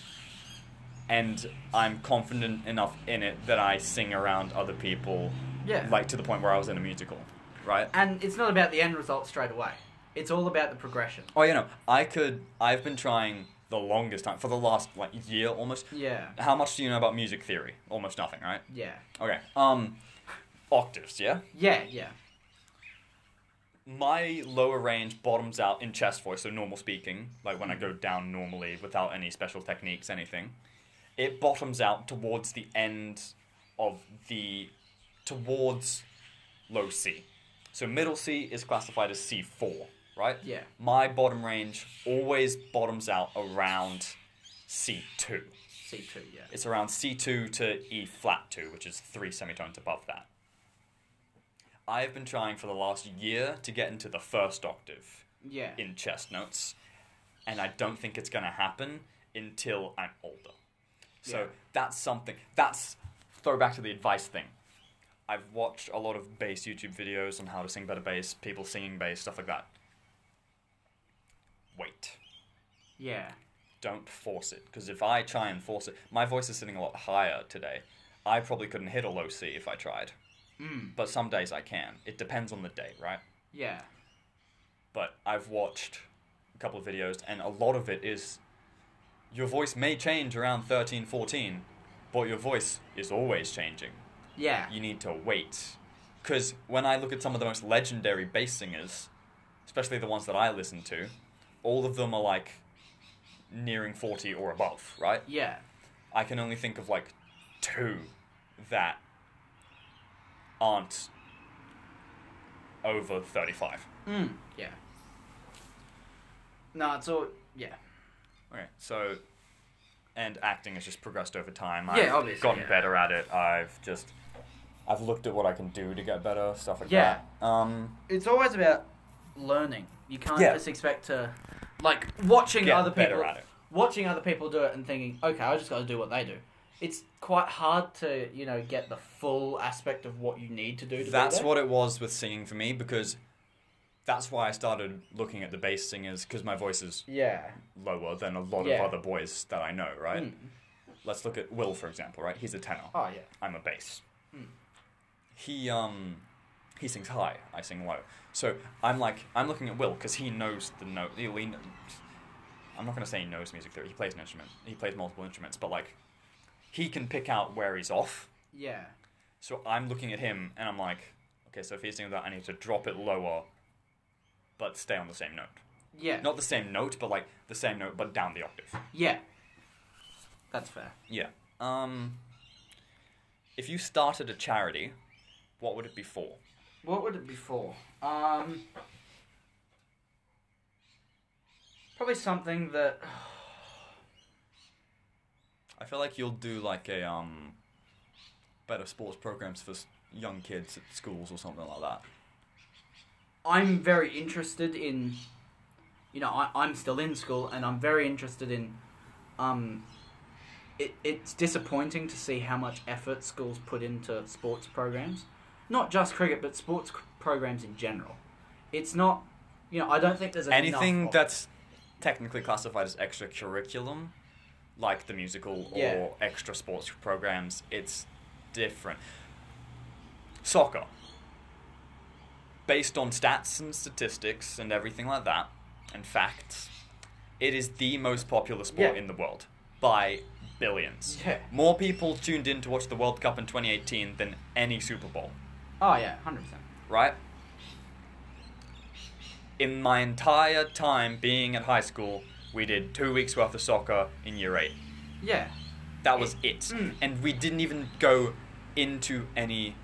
S1: and I'm confident enough in it that I sing around other people,
S2: Yeah.
S1: like to the point where I was in a musical, right?
S2: and it's not about the end result straight away. It's all about the progression.
S1: Oh, you know, I could. I've been trying the longest time for the last like year almost.
S2: Yeah.
S1: How much do you know about music theory? Almost nothing, right?
S2: Yeah.
S1: Okay. Um, octaves. Yeah.
S2: Yeah. Yeah.
S1: my lower range bottoms out in chest voice, so normal speaking, like when I go down normally without any special techniques, anything. It bottoms out towards the end of the towards low C. So middle C is classified as C4, right?
S2: Yeah.
S1: My bottom range always bottoms out around C2.
S2: C two. Yeah.
S1: It's around C2 to E flat 2, which is three semitones above that. I've been trying for the last year to get into the first octave
S2: Yeah.
S1: in chest notes, and I don't think it's going to happen until I'm older. So
S2: Yeah.
S1: that's something. That's throwback to the advice thing. I've watched a lot of bass YouTube videos on how to sing better bass, people singing bass, stuff like that. Wait
S2: yeah.
S1: don't force it because if I try and force it, my voice is sitting a lot higher today. I probably couldn't hit a low C if I tried,
S2: Mm.
S1: but some days I can. It depends on the day, right?
S2: Yeah.
S1: But I've watched a couple of videos, and a lot of it is your voice may change around 13, 14, but your voice is always changing.
S2: Yeah.
S1: You need to wait. Because when I look at some of the most legendary bass singers, especially the ones that I listen to, all of them are like nearing 40 or above, right?
S2: Yeah.
S1: I can only think of like two that aren't over 35.
S2: Mm. Yeah. No, it's all yeah.
S1: Okay, so and acting has just progressed over time.
S2: Yeah,
S1: I've
S2: obviously,
S1: gotten
S2: yeah.
S1: better at it. I've just I've looked at what I can do to get better, stuff like
S2: Yeah.
S1: that. Um
S2: It's always about learning. You can't
S1: Yeah.
S2: just expect to like watching
S1: Get
S2: other
S1: better
S2: people
S1: at it.
S2: watching other people do it and thinking, okay, I just got to do what they do. It's quite hard to you know get the full aspect of what you need to do. To be
S1: that's
S2: there.
S1: what it was with singing for me because that's why I started looking at the bass singers because my voice is
S2: Yeah.
S1: lower than a lot
S2: Yeah. Hmm.
S1: of other boys that I know, right? Let's look at Will, for example, right? He's a tenor.
S2: Oh yeah.
S1: I'm a bass. Hmm. He um he sings high, I sing low. So I'm like I'm looking at Will because he knows the note. He, he, kn- I'm not gonna say he knows music theory. He plays an instrument. He plays multiple instruments, but like he can pick out where he's off.
S2: Yeah.
S1: So I'm looking at him and I'm like, okay, so if he's doing that, I need to drop it lower, but stay on the same note.
S2: Yeah.
S1: Not the same note, but like the same note, but down the octave.
S2: Yeah. That's fair.
S1: Yeah. Um. If you started a charity, what would it be for?
S2: What would it be for? Um, probably something that.
S1: I feel like you'll do like a um better sports programs for s- young kids at schools or something like that.
S2: I'm very interested in, you know, I, I'm still in school and I'm very interested in. Um, it, it's disappointing to see how much effort schools put into sports programs, not just cricket, but sports c- programs in general. It's not, you know, I don't think there's enough
S1: Anything
S2: of-
S1: that's technically classified as extracurriculum, like the musical
S2: Yeah.
S1: or extra sports programs, it's different. Soccer, based on stats and statistics and everything like that, and facts, it is the most popular sport
S2: Yeah.
S1: in the world by billions.
S2: Yeah.
S1: More people tuned in to watch the World Cup in 2018 than any Super Bowl,
S2: Oh yeah, hundred percent.
S1: right? In my entire time being at high school, we did two weeks worth of soccer in year eight.
S2: Yeah,
S1: That was it.
S2: Mm.
S1: And we didn't even go into any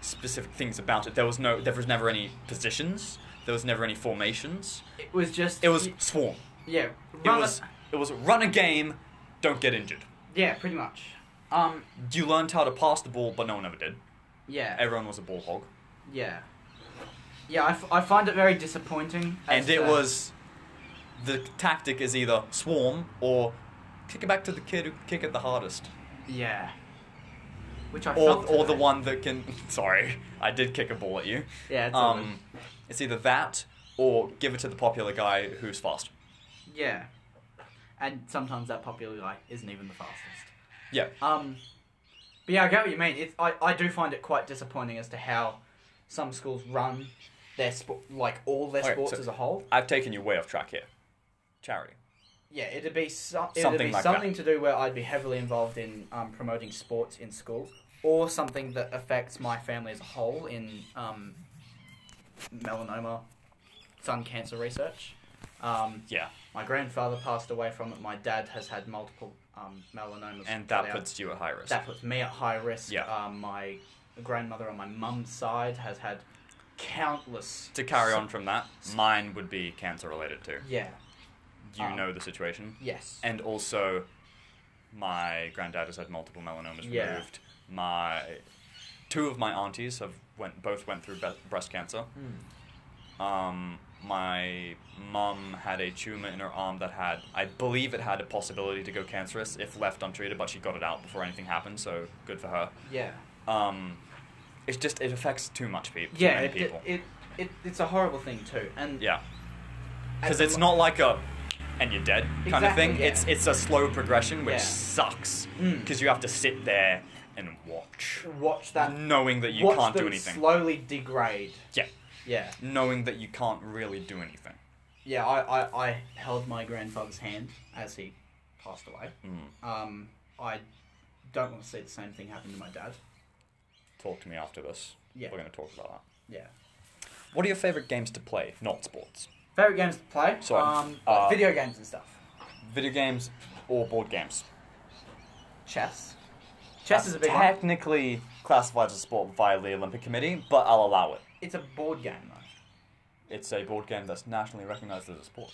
S1: specific things about it. There was no there was never any positions. There was never any formations.
S2: it was just
S1: It was swarm.
S2: yeah.
S1: It
S2: run
S1: was it was run a game, don't get injured.
S2: Yeah, pretty much. Um,
S1: You learned how to pass the ball, but no one ever did.
S2: yeah,
S1: Everyone was a ball hog.
S2: yeah, yeah. I, f- I find it very disappointing. as uh,
S1: And it
S2: to-
S1: was the tactic is either swarm or kick it back to the kid who kick it the hardest.
S2: yeah, which
S1: or,
S2: I felt
S1: or the
S2: today.
S1: one that can. Sorry, I did kick a ball at you.
S2: Yeah, it's all
S1: um, it's either that or give it to the popular guy who's fast.
S2: Yeah, and sometimes that popular guy isn't even the fastest.
S1: Yeah,
S2: Um, but yeah, I get what you mean. It's, I, I do find it quite disappointing as to how some schools run their sport, like all their
S1: Okay,
S2: sports
S1: Oh, so-
S2: as a whole.
S1: I've taken you way off track here. Charity.
S2: Yeah, it'd be, so- it'd
S1: Something
S2: be
S1: like
S2: something to do where I'd be heavily involved in um, promoting sports in schools, or something that affects my family as a whole in um, melanoma, sun cancer research. Um,
S1: Yeah,
S2: my grandfather passed away from it. My dad has had multiple um, melanomas.
S1: and
S2: cut
S1: that
S2: out.
S1: puts you at high risk.
S2: that puts me at high risk.
S1: Yeah.
S2: Um, my grandmother on my mum's side has had countless.
S1: to carry on from that, mine would be cancer related too.
S2: Yeah.
S1: You
S2: Um,
S1: know the situation.
S2: Yes.
S1: And also, my granddad has had multiple melanomas
S2: Yeah.
S1: removed. My two of my aunties have went both went through bre- breast cancer.
S2: Hmm.
S1: Um, my mum had a tumor in her arm that had, I believe, it had a possibility to go cancerous if left untreated, but she got it out before anything happened. So good for her.
S2: yeah.
S1: Um, it's just it affects too much people.
S2: Yeah.
S1: many
S2: It, it,
S1: people.
S2: it, it, it's a horrible thing too. And
S1: yeah,
S2: at
S1: because
S2: the
S1: it's
S2: mo-
S1: not like a and you're dead kind of
S2: Exactly,
S1: thing.
S2: yeah.
S1: It's it's a slow progression, which
S2: Yeah.
S1: sucks
S2: Mm.
S1: because you have to sit there and watch,
S2: watch that.
S1: knowing that you
S2: watch
S1: can't do
S2: them
S1: anything.
S2: Slowly degrade.
S1: yeah,
S2: Yeah.
S1: knowing that you can't really do anything.
S2: Yeah. I, I, I held my grandfather's hand as he passed away.
S1: Mm.
S2: Um, I don't want to see the same thing happen to my dad.
S1: Talk to me after this.
S2: Yeah.
S1: We're going to talk about that.
S2: Yeah.
S1: What are your favorite games to play, not sports?
S2: Favorite games to play?
S1: Sorry.
S2: Um, like
S1: Uh,
S2: video games and stuff.
S1: Video games or board games.
S2: Chess. Chess is
S1: Uh,
S2: a big one.
S1: technically classified as a sport via the Olympic Committee, but I'll allow it.
S2: It's a board game though.
S1: It's a board game that's nationally recognized as a sport.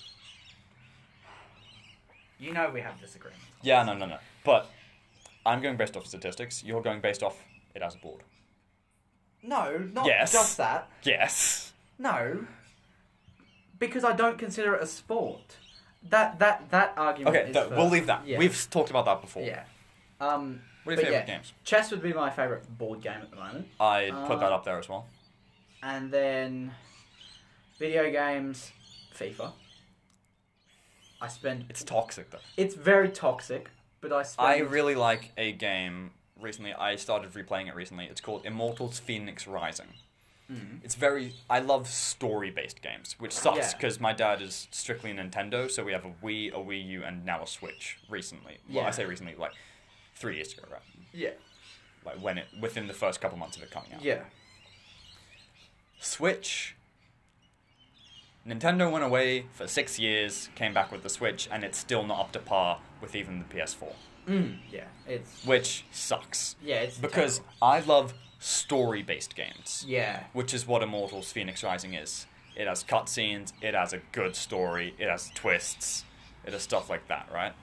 S2: You know we have disagreements.
S1: Yeah, no, no, no. But I'm going based off statistics. You're going based off it as a board.
S2: No, not
S1: Yes.
S2: just that.
S1: Yes.
S2: No, because I don't consider it a sport. That that that argument.
S1: Okay,
S2: is
S1: th-
S2: for-
S1: we'll leave that.
S2: Yeah.
S1: We've s- talked about that before.
S2: yeah. Um,
S1: What are your
S2: but
S1: favorite
S2: yeah,
S1: games?
S2: Chess would be my favorite board game at the moment,
S1: I'd put
S2: Uh,
S1: that up there as well.
S2: and then video games, FIFA. I spend.
S1: It's toxic though.
S2: It's very toxic, but I spend.
S1: I really like a game recently. I started replaying it recently. It's called Immortals Phoenix Rising.
S2: Hmm.
S1: It's very. I love story based games, which sucks
S2: Yeah.
S1: because my dad is strictly Nintendo, so we have a Wii, a Wii U, and now a Switch recently. Well, I
S2: Yeah.
S1: say recently, like three years ago, right?
S2: Yeah.
S1: Like when it. within the first couple months of it coming out.
S2: Yeah.
S1: Switch. Nintendo went away for six years, came back with the Switch, and it's still not up to par with even the PS4,
S2: Mm, yeah. It's.
S1: which sucks.
S2: Yeah. It's
S1: Because
S2: terrible.
S1: I love story based games,
S2: Yeah.
S1: which is what Immortals Phoenix Rising is. It has cutscenes, it has a good story, it has twists, it has stuff like that, right?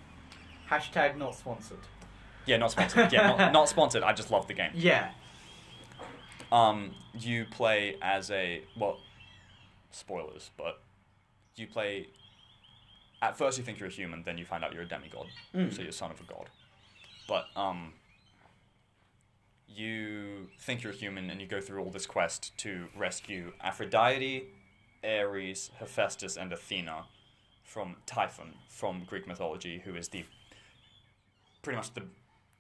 S2: Hashtag not sponsored.
S1: Yeah, not sponsored. yeah, not, not sponsored. I just love the game.
S2: Yeah.
S1: Um, you play as a well, spoilers, but you play. At first, you think you're a human, then you find out you're a demigod, so you're son of a god. But um, you think you're a human, and you go through all this quest to rescue Aphrodite, Ares, Hephaestus, and Athena from Typhon from Greek mythology, who is the pretty much the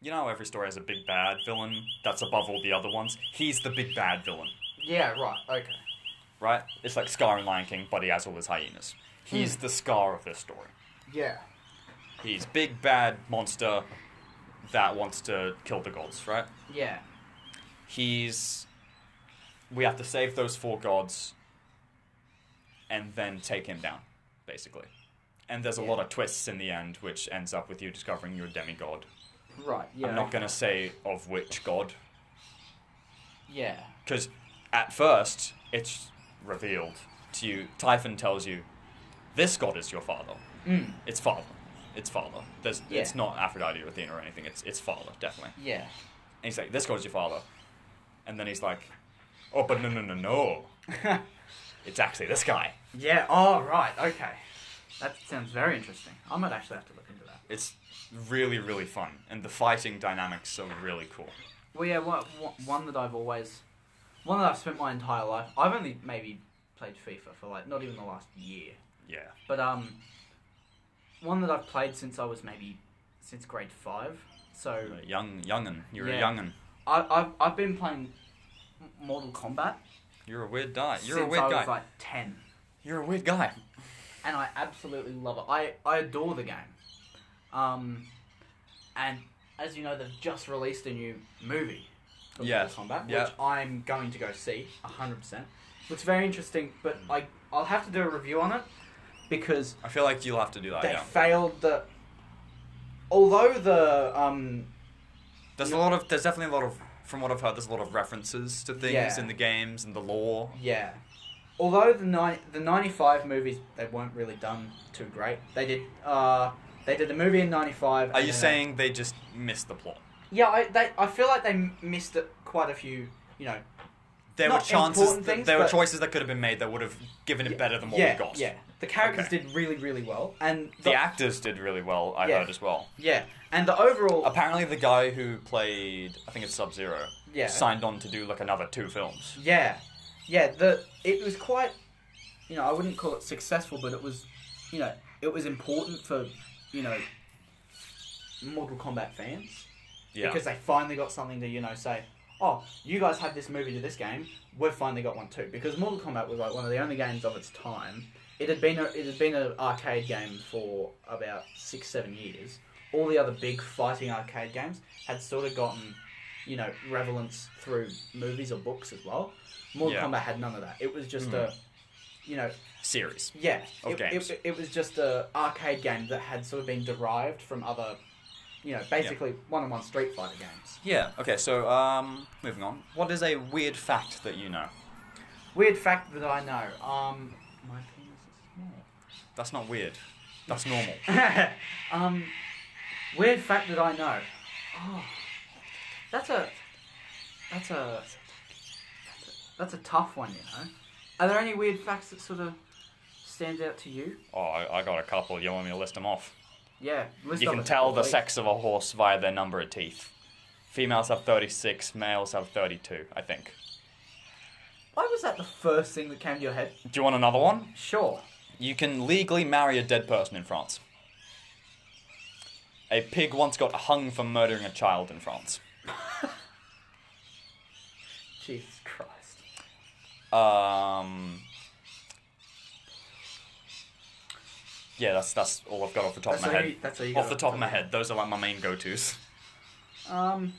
S1: you know how every story has a big bad villain that's above all the other ones. He's the big bad villain,
S2: Yeah. Right. Okay.
S1: right? It's like Scar in Lion King, but he has all his hyenas. He's the Scar of this story.
S2: Yeah.
S1: He's big bad monster that wants to kill the gods, right?
S2: Yeah.
S1: He's we have to save those four gods and then take him down, basically. And there's a lot of twists in the end, which ends up with you discovering you're a demigod.
S2: Right. Yeah.
S1: I'm not gonna say of which god,
S2: Yeah.
S1: because at first it's revealed to you. Typhon tells you, "This god is your father.
S2: Mm.
S1: It's father. It's father. There's,
S2: Yeah.
S1: It's not Aphrodite or Athena or anything. It's it's father, definitely."
S2: Yeah.
S1: And he's like, "This god is your father," and then he's like, "Oh, but no, no, no, no. It's actually this guy.
S2: yeah. Oh, right. Okay. That sounds very interesting. I might actually have to look into that.
S1: It's really, really fun, and the fighting dynamics are really cool.
S2: Well, yeah. One, one- one that I've always, one that I've spent my entire life. I've only maybe played FIFA for like not even the last year,
S1: Yeah,
S2: but um, one that I've played since I was maybe since grade five. So
S1: You're a young, young'un. You're a
S2: Yeah.
S1: young'un.
S2: I, I've I've been playing M- Mortal Kombat
S1: You're a weird guy. You're
S2: since
S1: a weird
S2: I was
S1: guy.
S2: like ten.
S1: You're a weird guy.
S2: and I absolutely love it. I, I adore the game. Um, and as you know, they've just released a new movie, for
S1: Yes,
S2: Mortal Kombat,
S1: yeah.
S2: which I'm going to go see 100%. Looks very interesting, but I, I'll have to do a review on it because
S1: I feel like you'll have to do that.
S2: they
S1: Oh, yeah.
S2: failed the. Although the. Um,
S1: There's a lot of there's definitely a lot of from what I've heard there's a lot of references to things
S2: Yeah.
S1: in the games and the lore.
S2: yeah. Although the ni- the '95 movies they weren't really done too great. They did uh, they did the movie in '95.
S1: Are you saying they just missed the plot?
S2: Yeah, I they, I feel like they m- missed it quite a few. You know,
S1: There were
S2: Not
S1: chances
S2: important
S1: that,
S2: things,
S1: there were
S2: but-
S1: choices that could have been made that would have given it better than what
S2: yeah,
S1: we got.
S2: yeah. The characters
S1: Okay.
S2: did really, really well, and
S1: The actors did really well, I
S2: Yeah.
S1: heard as well.
S2: yeah, and the overall
S1: Apparently the guy who played I think it's Sub Zero
S2: Yeah.
S1: signed on to do like another two films.
S2: yeah, yeah. The it was quite, you know, I wouldn't call it successful, but it was, you know, it was important for, you know, Mortal Kombat fans
S1: Yeah.
S2: because they finally got something to you know say. Oh, you guys had this movie to this game. We've finally got one too. Because Mortal Kombat was like one of the only games of its time. It had been a, it had been an arcade game for about six seven years. All the other big fighting arcade games had sort of gotten, you know, relevance through movies or books as well. Mortal
S1: Yeah. Hmm.
S2: Kombat had none of that. It was just a, you know,
S3: series.
S2: yeah,
S1: Of
S2: it,
S1: games.
S2: It, it was just a arcade game that had sort of been derived from other, you know, basically one-on-one Street Fighter games.
S1: Yeah. Okay. So, um, moving on. What is a weird fact that you know?
S2: Weird fact that I know. Um, my penis
S1: That's not weird. That's normal.
S2: is small. um, weird fact that I know. Oh, that's a, that's a, that's a tough one. You know, are there any weird facts that sort of stand out to you?
S1: Oh, I, I got a couple. You want me to list them off?
S2: Yeah, list
S1: You
S2: off
S1: can
S2: a
S1: tell
S2: couple,
S1: the
S2: please.
S1: sex of a horse via their number of teeth. Females have 36, males have 32, I think.
S2: Why was that the first thing that came to your head?
S1: Do you want another one?
S2: Sure.
S1: You can legally marry a dead person in France. A pig once got hung for murdering a child in France.
S2: Jesus Christ.
S1: Um. Yeah, that's that's all I've got off the top
S2: That's
S1: of my
S2: all
S1: head.
S2: you- that's all you
S1: off
S2: got
S1: the top of my head, those are like my main go-tos.
S2: Um,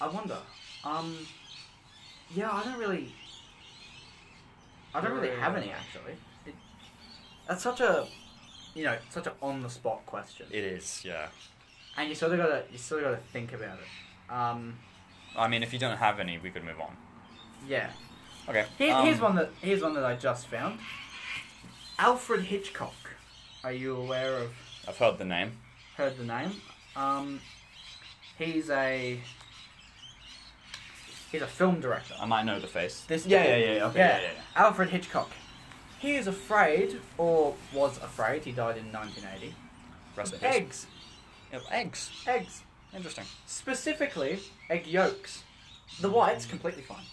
S2: I wonder. Um, yeah, I don't really. I don't really have any actually. It, that's such a, you know, such an on the spot question,
S1: It is, yeah.
S2: and you sort of gotta, you sort of gotta think about it. Um,
S1: I mean, if you don't have any, we could move on.
S2: yeah.
S1: Okay.
S2: Here,
S1: um,
S2: here's one that here's one that I just found. Alfred Hitchcock. Are you aware of?
S1: I've heard the name.
S2: heard the name. Um, he's a he's a film director.
S1: I might know the face.
S2: This
S1: Yeah,
S2: dude-
S1: yeah, yeah, okay, yeah, yeah, yeah.
S2: Alfred Hitchcock. He is afraid, or was afraid. He died in 1980.
S1: Rest in
S2: of
S1: peace.
S2: Eggs,
S1: Yeah, Oh, eggs.
S2: eggs,
S1: Interesting.
S2: specifically egg yolks. The whites completely fine,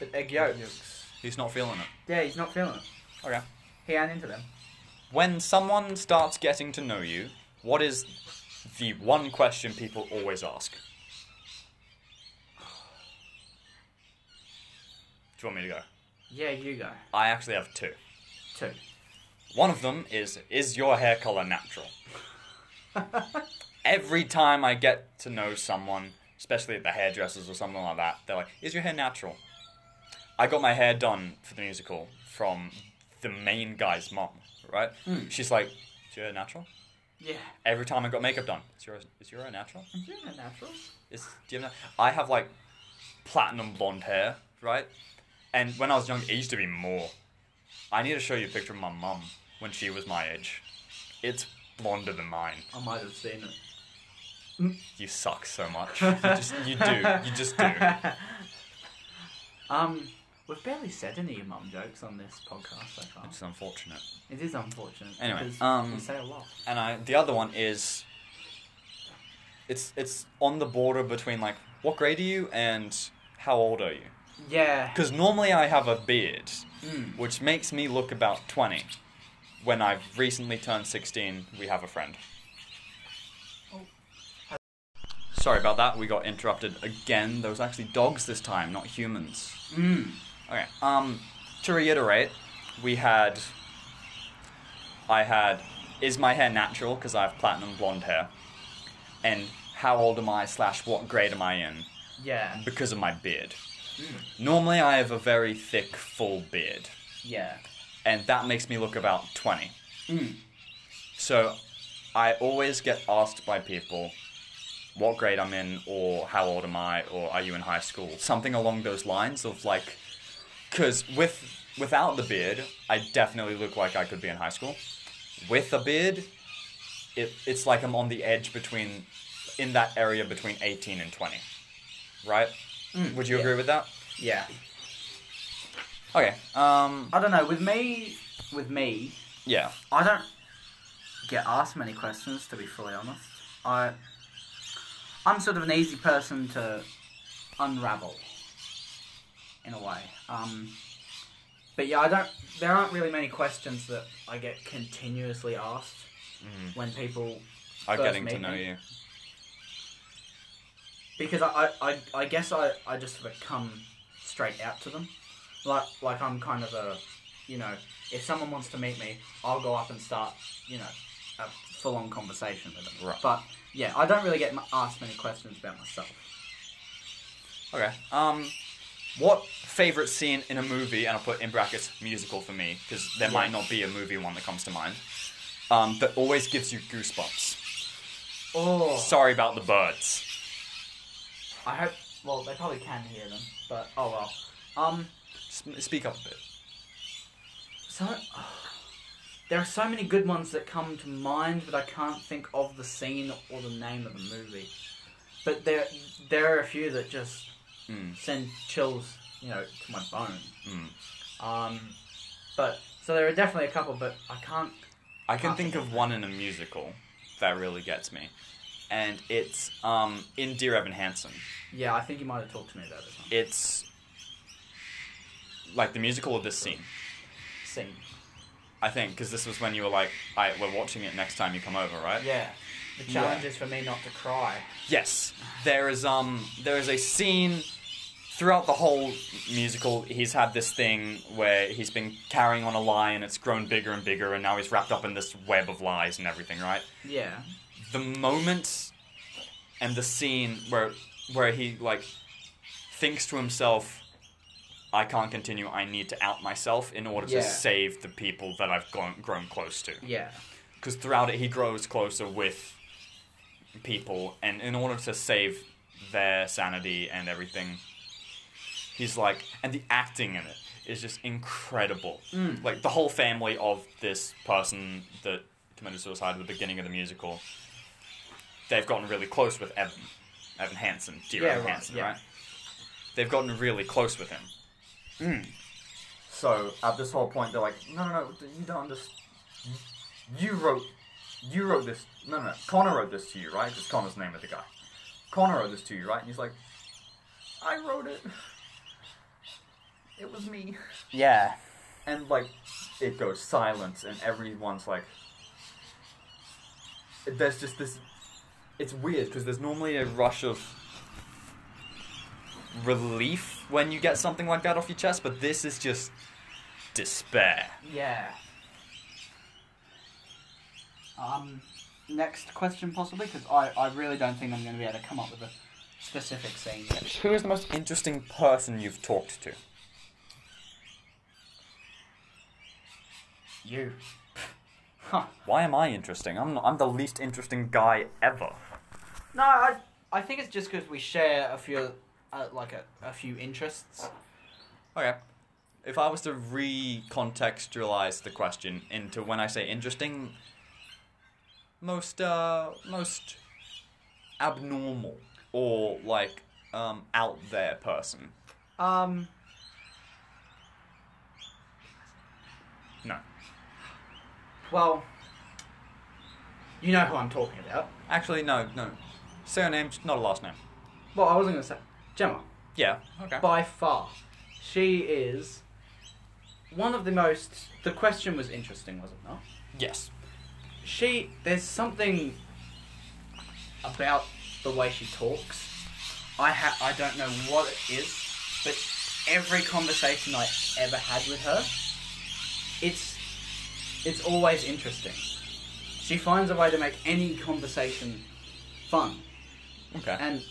S2: but egg yolks.
S1: He's not feeling it.
S2: Yeah, he's not feeling it.
S1: Okay.
S2: He ain't into them.
S1: When someone starts getting to know you, what is the one question people always ask? Do you want me to go?
S2: Yeah, you go
S1: I actually have two.
S2: too.
S1: One of them is Is your hair color natural? Every time I get to know someone, especially at the hairdressers or something like that, they're like, Is your hair natural? I got my hair done for the musical from the main guy's mom, right? She's like, Is your hair natural?
S2: Yeah.
S1: Every time I got makeup done, is your, is your hair natural?
S2: Is it natural?
S1: Is, do you know? I have like platinum blonde hair, right? And when I was young, it used to be more. I need to show you a picture of my mum when she was my age. It's blonder than mine.
S2: I might have seen it.
S1: You suck so much. You, just, you do. You just do.
S2: Um, we've barely said any of your mum jokes on this podcast so far.
S1: It's unfortunate.
S2: It is unfortunate.
S1: Anyway,
S2: because
S1: um,
S2: we say a lot.
S1: And I, the other one is, it's it's on the border between like what grade are you and how old are you?
S2: Yeah.
S1: Because normally I have a beard,
S2: Mm.
S1: which makes me look about 20. When I've recently turned 16, we have a friend. Sorry about that, we got interrupted again. There was actually dogs this time, not humans.
S2: Mm.
S1: Okay, um, to reiterate, we had. I had, is my hair natural? Because I have platinum blonde hair. And how old am I, slash, what grade am I in?
S2: Yeah.
S1: because of my beard. Normally, I have a very thick, full beard,
S2: Yeah.
S1: and that makes me look about 20.
S2: Mm.
S1: So, I always get asked by people what grade I'm in, or how old am I, or are you in high school? Something along those lines of like, because with without the beard, I definitely look like I could be in high school. With a beard, it, it's like I'm on the edge between, in that area between 18 and 20, right? Would you
S2: Hmm. yeah.
S1: agree with that?
S2: Yeah.
S1: Okay. Um.
S2: I don't know. With me, with me,
S1: Yeah.
S2: I don't get asked many questions. To be fully honest, I, I'm sort of an easy person to unravel, in a way. Um, but yeah, I don't. There aren't really many questions that I get continuously asked when people
S1: I'm
S2: First
S1: Mm-hmm. getting to
S2: meeting.
S1: know you.
S2: because I, I, I, I guess I, I just sort of come straight out to them. Like like I'm kind of a you know, if someone wants to meet me, I'll go up and start, you know, a full on conversation with them.
S1: Right.
S2: But yeah, I don't really get m- asked many questions about myself.
S1: Okay. Um. What favorite scene in a movie, and I'll put in brackets musical for me, because there might not be a movie one that comes to mind, um, that always gives you goosebumps?
S2: Oh,
S1: Sorry about the birds.
S2: I hope. Well, they probably can hear them, but oh well. Um,
S1: S- speak up a bit.
S2: so there are so many good ones that come to mind, but I can't think of the scene or the name of the movie. But there, there are a few that just
S1: Mm.
S2: send chills, you know, to my bone.
S1: Mm.
S2: Um, but so there are definitely a couple, but I can't.
S1: I can
S2: Can't
S1: think
S2: think
S1: of one in a musical that really gets me, and it's um, in Dear Evan Hansen.
S2: Yeah, I think you might have talked to me about this one.
S1: It's like the musical of this scene.
S2: Scene.
S1: I think because this was when you were like, "I we're watching it next time you come over, right?"
S2: Yeah. The challenge is for me not to cry.
S1: Yes, there is um there is a scene throughout the whole musical. He's had this thing where he's been carrying on a lie and it's grown bigger and bigger, and now he's wrapped up in this web of lies and everything, right?
S2: Yeah.
S1: the moment and the scene where where he like thinks to himself I can't continue. I need to out myself in order
S2: Yeah.
S1: to save the people that I've grown, grown close to.
S2: Yeah.
S1: Because throughout it, he grows closer with people, and in order to save their sanity and everything, he's like, and the acting in it is just incredible.
S2: Mm.
S1: Like the whole family of this person that committed suicide at the beginning of the musical, they've gotten really close with Evan, Evan Hansen, dear
S2: Yeah,
S1: Evan
S2: right,
S1: Hansen,
S2: yeah.
S1: right? They've gotten really close with him. Mm. So at this whole point, they're like, no, no, no, you don't understand. You wrote, you wrote this. No, no, no. Connor wrote this to you, right? Because Connor's the name of the guy. Connor wrote this to you, right? And he's like, I wrote it. It was me.
S2: Yeah.
S1: And like, it goes silence, and everyone's like, there's just this. It's weird because there's normally a rush of relief when you get something like that off your chest, but this is just despair.
S2: Yeah. Um, next question possibly, because I, I really don't think I'm going to be able to come up with a specific scene yet.
S1: Who is the most interesting person you've talked to?
S2: You. Huh.
S1: Why am I interesting? I'm I'm the least interesting guy ever.
S2: No, I, I think it's just because we share a few, uh, like a, a few interests.
S1: Okay. If I was to recontextualize the question into when I say interesting, most uh most abnormal or like um out there person.
S2: Um,
S1: No.
S2: well, you know who I'm talking about.
S1: Actually no, no. Say her name, not a last name.
S2: Well, I wasn't going to say Gemma.
S1: Yeah. Okay.
S2: by far. She is one of the most. The question was interesting, was it not?
S1: yes.
S2: She. There's something about the way she talks. I ha- I don't know what it is, but every conversation I ever had with her, it's it's always interesting. She finds a way to make any conversation fun
S1: Okay.
S2: and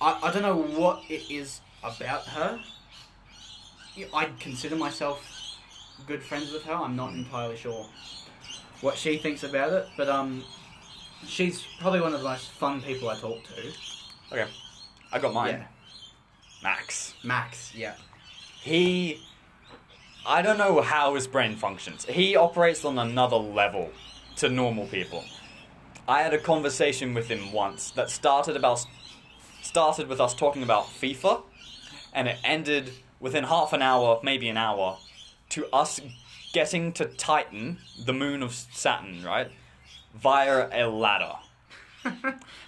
S2: I, I don't know what it is about her. Yeah, I consider myself good friends with her. I'm not entirely sure what she thinks about it, but um, she's probably one of the most fun people I talk to.
S1: okay. I got mine.
S2: Yeah,
S1: Max.
S2: Max. Yeah,
S1: he i don't know how his brain functions he operates on another level to normal people i had a conversation with him once that started about started with us talking about fifa and it ended within half an hour maybe an hour to us getting to titan the moon of saturn right via a ladder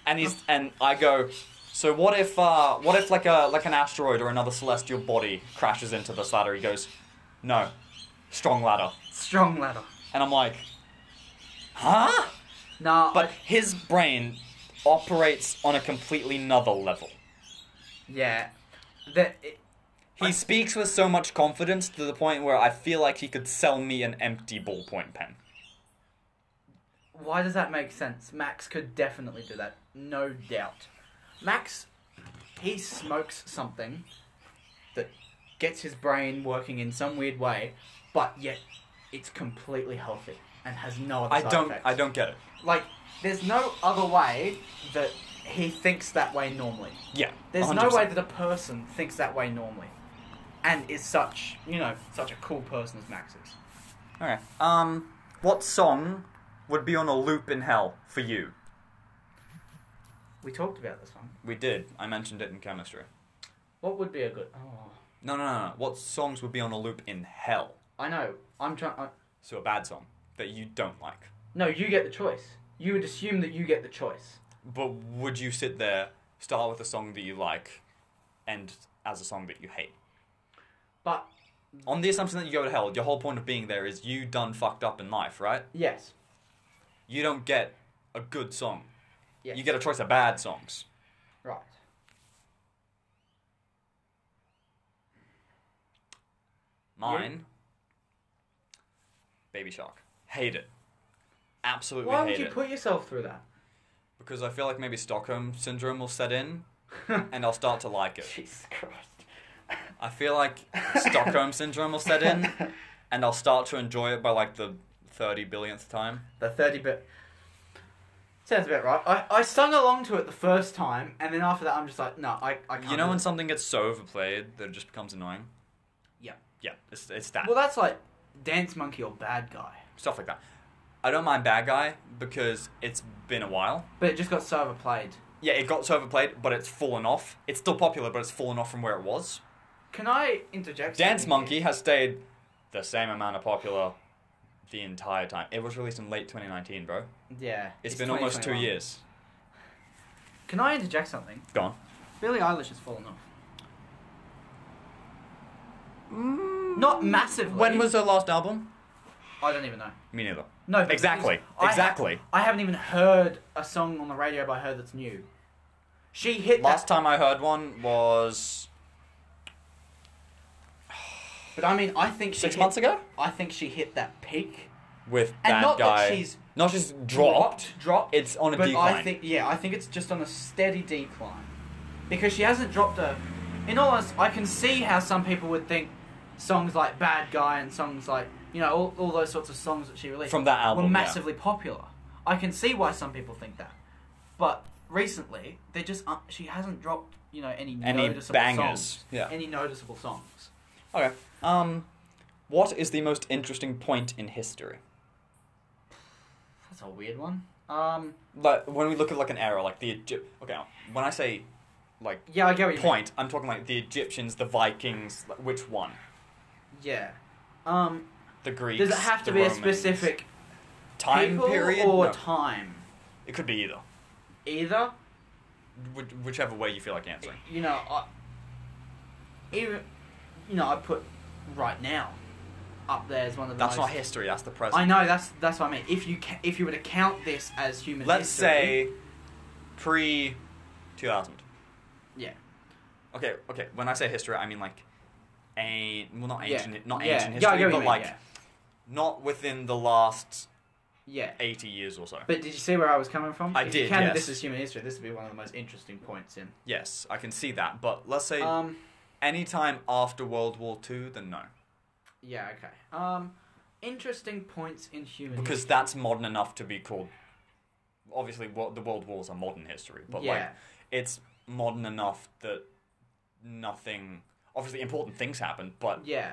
S1: and he's and I go, so what if uh, what if like a like an asteroid or another celestial body crashes into this ladder? He goes, no, strong ladder,
S2: strong ladder.
S1: and I'm like, huh?
S2: Nah,
S1: But
S2: I-
S1: his brain operates on a completely another level.
S2: yeah, that it,
S1: He speaks with so much confidence to the point where I feel like he could sell me an empty ballpoint pen.
S2: Why does that make sense? Max could definitely do that, no doubt. Max, he smokes something that gets his brain working in some weird way, but yet it's completely healthy and has no other
S1: I
S2: side
S1: don't.
S2: effects.
S1: I don't get it.
S2: Like, there's no other way that he thinks that way normally.
S1: Yeah.
S2: There's no
S1: 100%.
S2: way that a person thinks that way normally, and is such you know such a cool person as Max is.
S1: Okay. Um, what song would be on a loop in hell for you?
S2: We talked about this one.
S1: We did. I mentioned it in chemistry.
S2: What would be a good? Oh,
S1: No, no, no, no. What songs would be on a loop in hell?
S2: I know. I'm uh, trying. I...
S1: So a bad song that you don't like.
S2: No, you get the choice. You would assume that you get the choice.
S1: But would you sit there, start with a song that you like, end as a song that you hate?
S2: But
S1: On the assumption that you go to hell, your whole point of being there is you done fucked up in life, right?
S2: yes,
S1: You don't get a good song.
S2: Yes.
S1: You get a choice of bad songs.
S2: right.
S1: Mine. Baby Shark. Hate it. Absolutely
S2: Why
S1: hate
S2: would you
S1: it.
S2: put yourself through that?
S1: because I feel like maybe Stockholm syndrome will set in, and I'll start to like it.
S2: Jesus Christ.
S1: I feel like Stockholm syndrome will set in, and I'll start to enjoy it by like the thirty billionth time.
S2: The 30 bit. Sounds about right. I, I sung along to it the first time, and then after that, I'm just like, no, I, I can't.
S1: You know
S2: do
S1: when
S2: it.
S1: something gets so overplayed that it just becomes annoying?
S2: Yeah.
S1: Yeah, it's, it's that.
S2: Well, that's like Dance Monkey or Bad Guy.
S1: Stuff like that. I don't mind Bad Guy because it's been a while.
S2: But it just got so overplayed.
S1: Yeah, it got so overplayed, but it's fallen off. It's still popular, but it's fallen off from where it was.
S2: Can I interject?
S1: Dance
S2: something
S1: Monkey
S2: here?
S1: has stayed the same amount of popular the entire time. It was released in late 2019, bro.
S2: Yeah.
S1: it's been almost two
S2: 2021.
S1: years.
S2: Can I interject something?
S1: Gone.
S2: Billie Eilish has fallen off. Not massively.
S1: Mm. When was her last album?
S2: I don't even know.
S1: Me neither.
S2: No, but
S1: Exactly.
S2: she's- I ha-
S1: Exactly.
S2: I haven't even heard a song on the radio by her that's new. She hit
S1: Last
S2: last,
S1: time I heard one was
S2: but I mean, I think she
S1: six
S2: hit-
S1: months ago
S2: I think she hit that peak.
S1: with
S2: And
S1: that
S2: not that
S1: guy.
S2: she's
S1: not just dropped.
S2: dropped.
S1: It's on a
S2: but
S1: decline.
S2: I think, yeah, I think it's just on a steady decline because she hasn't dropped a. In all honesty, I can see how some people would think songs like "Bad Guy" and songs like you know all, all those sorts of songs that she released
S1: From that album,
S2: were
S1: yeah.
S2: massively popular. I can see why some people think that, but recently they just aren't- she hasn't dropped you know any,
S1: Any
S2: noticeable
S1: bangers.
S2: songs,
S1: Yeah.
S2: any noticeable songs.
S1: Okay. Um, what is the most interesting point in history?
S2: That's a weird one. Um,
S1: Like when we look at like an era, like the Egypt. Okay, when I say like
S2: yeah, I get what you mean.
S1: point, I'm talking like the Egyptians, the Vikings. Like, which one?
S2: Yeah. Um,
S1: The Greeks.
S2: does it have to
S1: the
S2: be
S1: Romans.
S2: a specific
S1: time
S2: people
S1: period?
S2: or
S1: No.
S2: time?
S1: it could be either.
S2: Either.
S1: Which, whichever way you feel like answering.
S2: You know, I, even you know, I put right now up there as one of the
S1: That's
S2: most.
S1: not history. That's the present.
S2: I know that's that's what I mean. If you ca- if you were to count this as human
S1: Let's
S2: history-
S1: say pre 2000.
S2: yeah,
S1: Okay, okay. When I say history, I mean like a well, not
S2: yeah,
S1: ancient, not
S2: yeah.
S1: ancient
S2: yeah, I
S1: history,
S2: get what
S1: but
S2: you mean,
S1: like
S2: yeah.
S1: not within the last
S2: yeah.
S1: eighty years or so.
S2: But did you see where I was coming from?
S1: I
S2: if
S1: did,
S2: You counted
S1: yes.
S2: This as human history. This would be one of the most interesting points in.
S1: yes, I can see that. But let's say
S2: Um,
S1: any time after World War Two, then no,
S2: yeah. Okay. Um, interesting points in human.
S1: because
S2: history.
S1: that's modern enough to be called. Obviously, wo- the world wars are modern history, but like
S2: Yeah.
S1: it's modern enough that nothing. Obviously, important things happened, but
S2: yeah,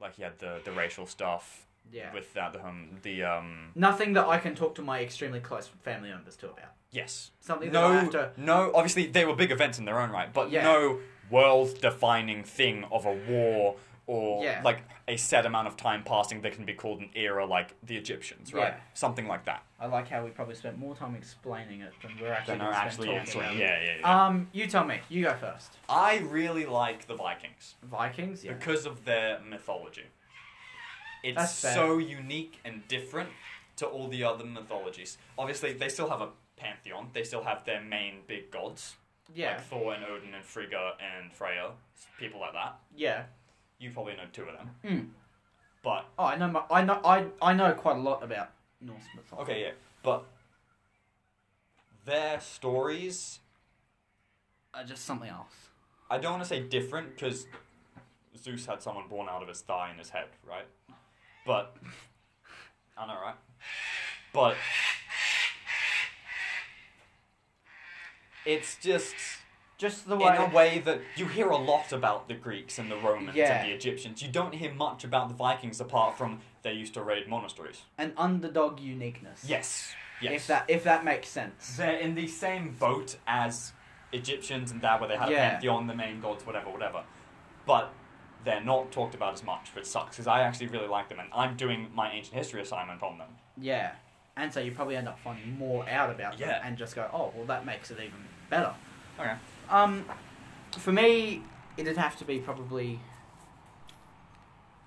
S1: like you had the the racial stuff
S2: yeah.
S1: with that the home the um
S2: Nothing that I can talk to my extremely close family members to about.
S1: yes
S2: Something that
S1: no
S2: I have to.
S1: no obviously they were big events in their own right but
S2: Yeah.
S1: no world defining thing of a war or
S2: Yeah.
S1: like a set amount of time passing that can be called an era like the Egyptians right
S2: Yeah.
S1: something like that
S2: I like how we probably spent more time explaining it than we're actually
S1: than are
S2: gonna spend
S1: actually
S2: talking
S1: answering
S2: about it.
S1: yeah yeah, yeah.
S2: Um, you tell me. You go first.
S1: I really like the Vikings
S2: Vikings. Yeah.
S1: because of their mythology it's
S2: That's fair.
S1: so unique and different to all the other mythologies obviously they still have a pantheon they still have their main big gods
S2: yeah.
S1: like Thor and Odin and Frigga and Freya, people like that.
S2: yeah.
S1: You probably know two of them.
S2: Mm.
S1: But
S2: Oh, I know. My, I know. I I know quite a lot about Norse mythology.
S1: okay, yeah, but their stories,
S2: Uh, just something else.
S1: I don't want to say different because Zeus had someone born out of his thigh in his head, right? But I know, right? But it's just
S2: Just the
S1: in
S2: way.
S1: a way that you hear a lot about the Greeks and the Romans
S2: Yeah.
S1: and the Egyptians. You don't hear much about the Vikings apart from they used to raid monasteries.
S2: an underdog uniqueness.
S1: Yes. Yes.
S2: If that if that makes sense.
S1: They're in the same boat as Egyptians and that, where they had
S2: Yeah.
S1: a pantheon, the main gods, whatever, whatever. But they're not talked about as much, which sucks, because I actually really like them, and I'm doing my ancient history assignment on them.
S2: Yeah. And so you probably end up finding more out about them
S1: Yeah.
S2: and just go, oh, well, that makes it even better.
S1: Okay.
S2: Um, for me, it'd have to be probably,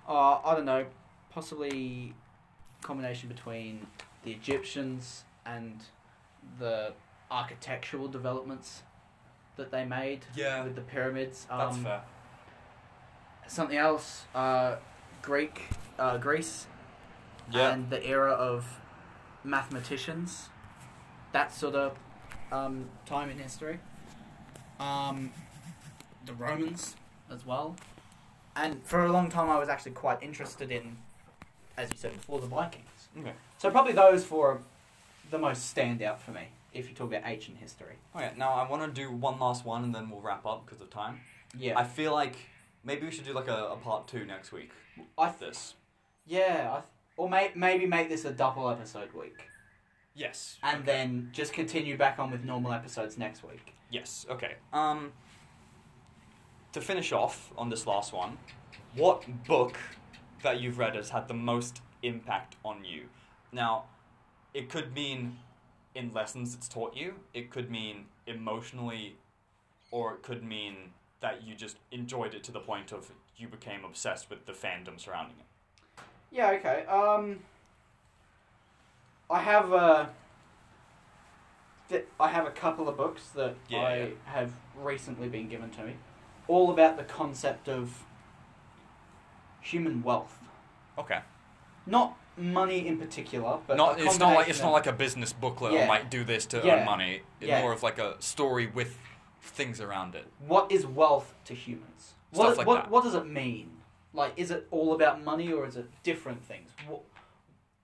S2: uh, I don't know, possibly combination between the Egyptians and the architectural developments that they made
S1: Yeah.
S2: with the pyramids. Um,
S1: That's fair.
S2: Something else, uh, Greek, uh, Greece, and the era of mathematicians, that sort of um, time in history. Um, the Romans as well. And for a long time, I was actually quite interested in, as you said before, the Vikings.
S1: Okay.
S2: So probably those four are the most standout for me if you talk about ancient history.
S1: Okay, now I want to do one last one, and then we'll wrap up because of time.
S2: Yeah,
S1: I feel like maybe we should do like a, a part two next week.
S2: I, th-
S1: This.
S2: yeah, I th- or may- maybe make this a double episode week,
S1: Yes.
S2: and then just continue back on with normal episodes next week.
S1: Yes. Okay. Um. To finish off on this last one, what book that you've read has had the most impact on you? Now, it could mean in lessons it's taught you. It could mean emotionally, or it could mean that you just enjoyed it to the point of you became obsessed with the fandom surrounding it.
S2: Yeah, okay. Um, I have a, th- I have a couple of books that
S1: Yeah,
S2: I
S1: yeah.
S2: have recently been given to me, all about the concept of human wealth.
S1: Okay.
S2: Not money in particular, but
S3: not
S2: a
S3: it's not like
S2: combination
S3: it's
S2: of-
S3: not like a business booklet
S2: Yeah.
S3: or like do this to
S2: Yeah.
S3: earn money. It's
S2: Yeah.
S3: more of like a story with things around it.
S2: what is wealth to humans? What,
S3: Stuff like
S2: what,
S3: that.
S2: what does it mean? Like, is it all about money or is it different things? What,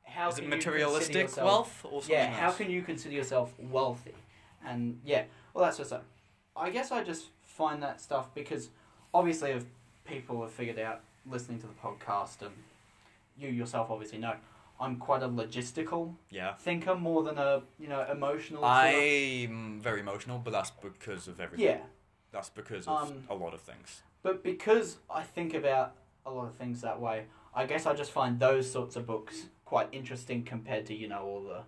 S2: how
S3: Is it
S2: can you consider
S3: materialistic
S2: yourself-
S3: wealth or something
S2: yeah, how
S3: else?
S2: can you consider yourself wealthy? And yeah, well, that's just. A, I guess I just find that stuff because obviously, if people have figured out listening to the podcast, and you yourself obviously know, I'm quite a logistical
S3: yeah.
S2: thinker more than a you know emotional. sort of-
S3: I'm very emotional, but that's because of everything.
S2: yeah,
S3: That's because of
S2: Um,
S3: a lot of things.
S2: but because I think about a lot of things that way, I guess I just find those sorts of books quite interesting compared to you know all the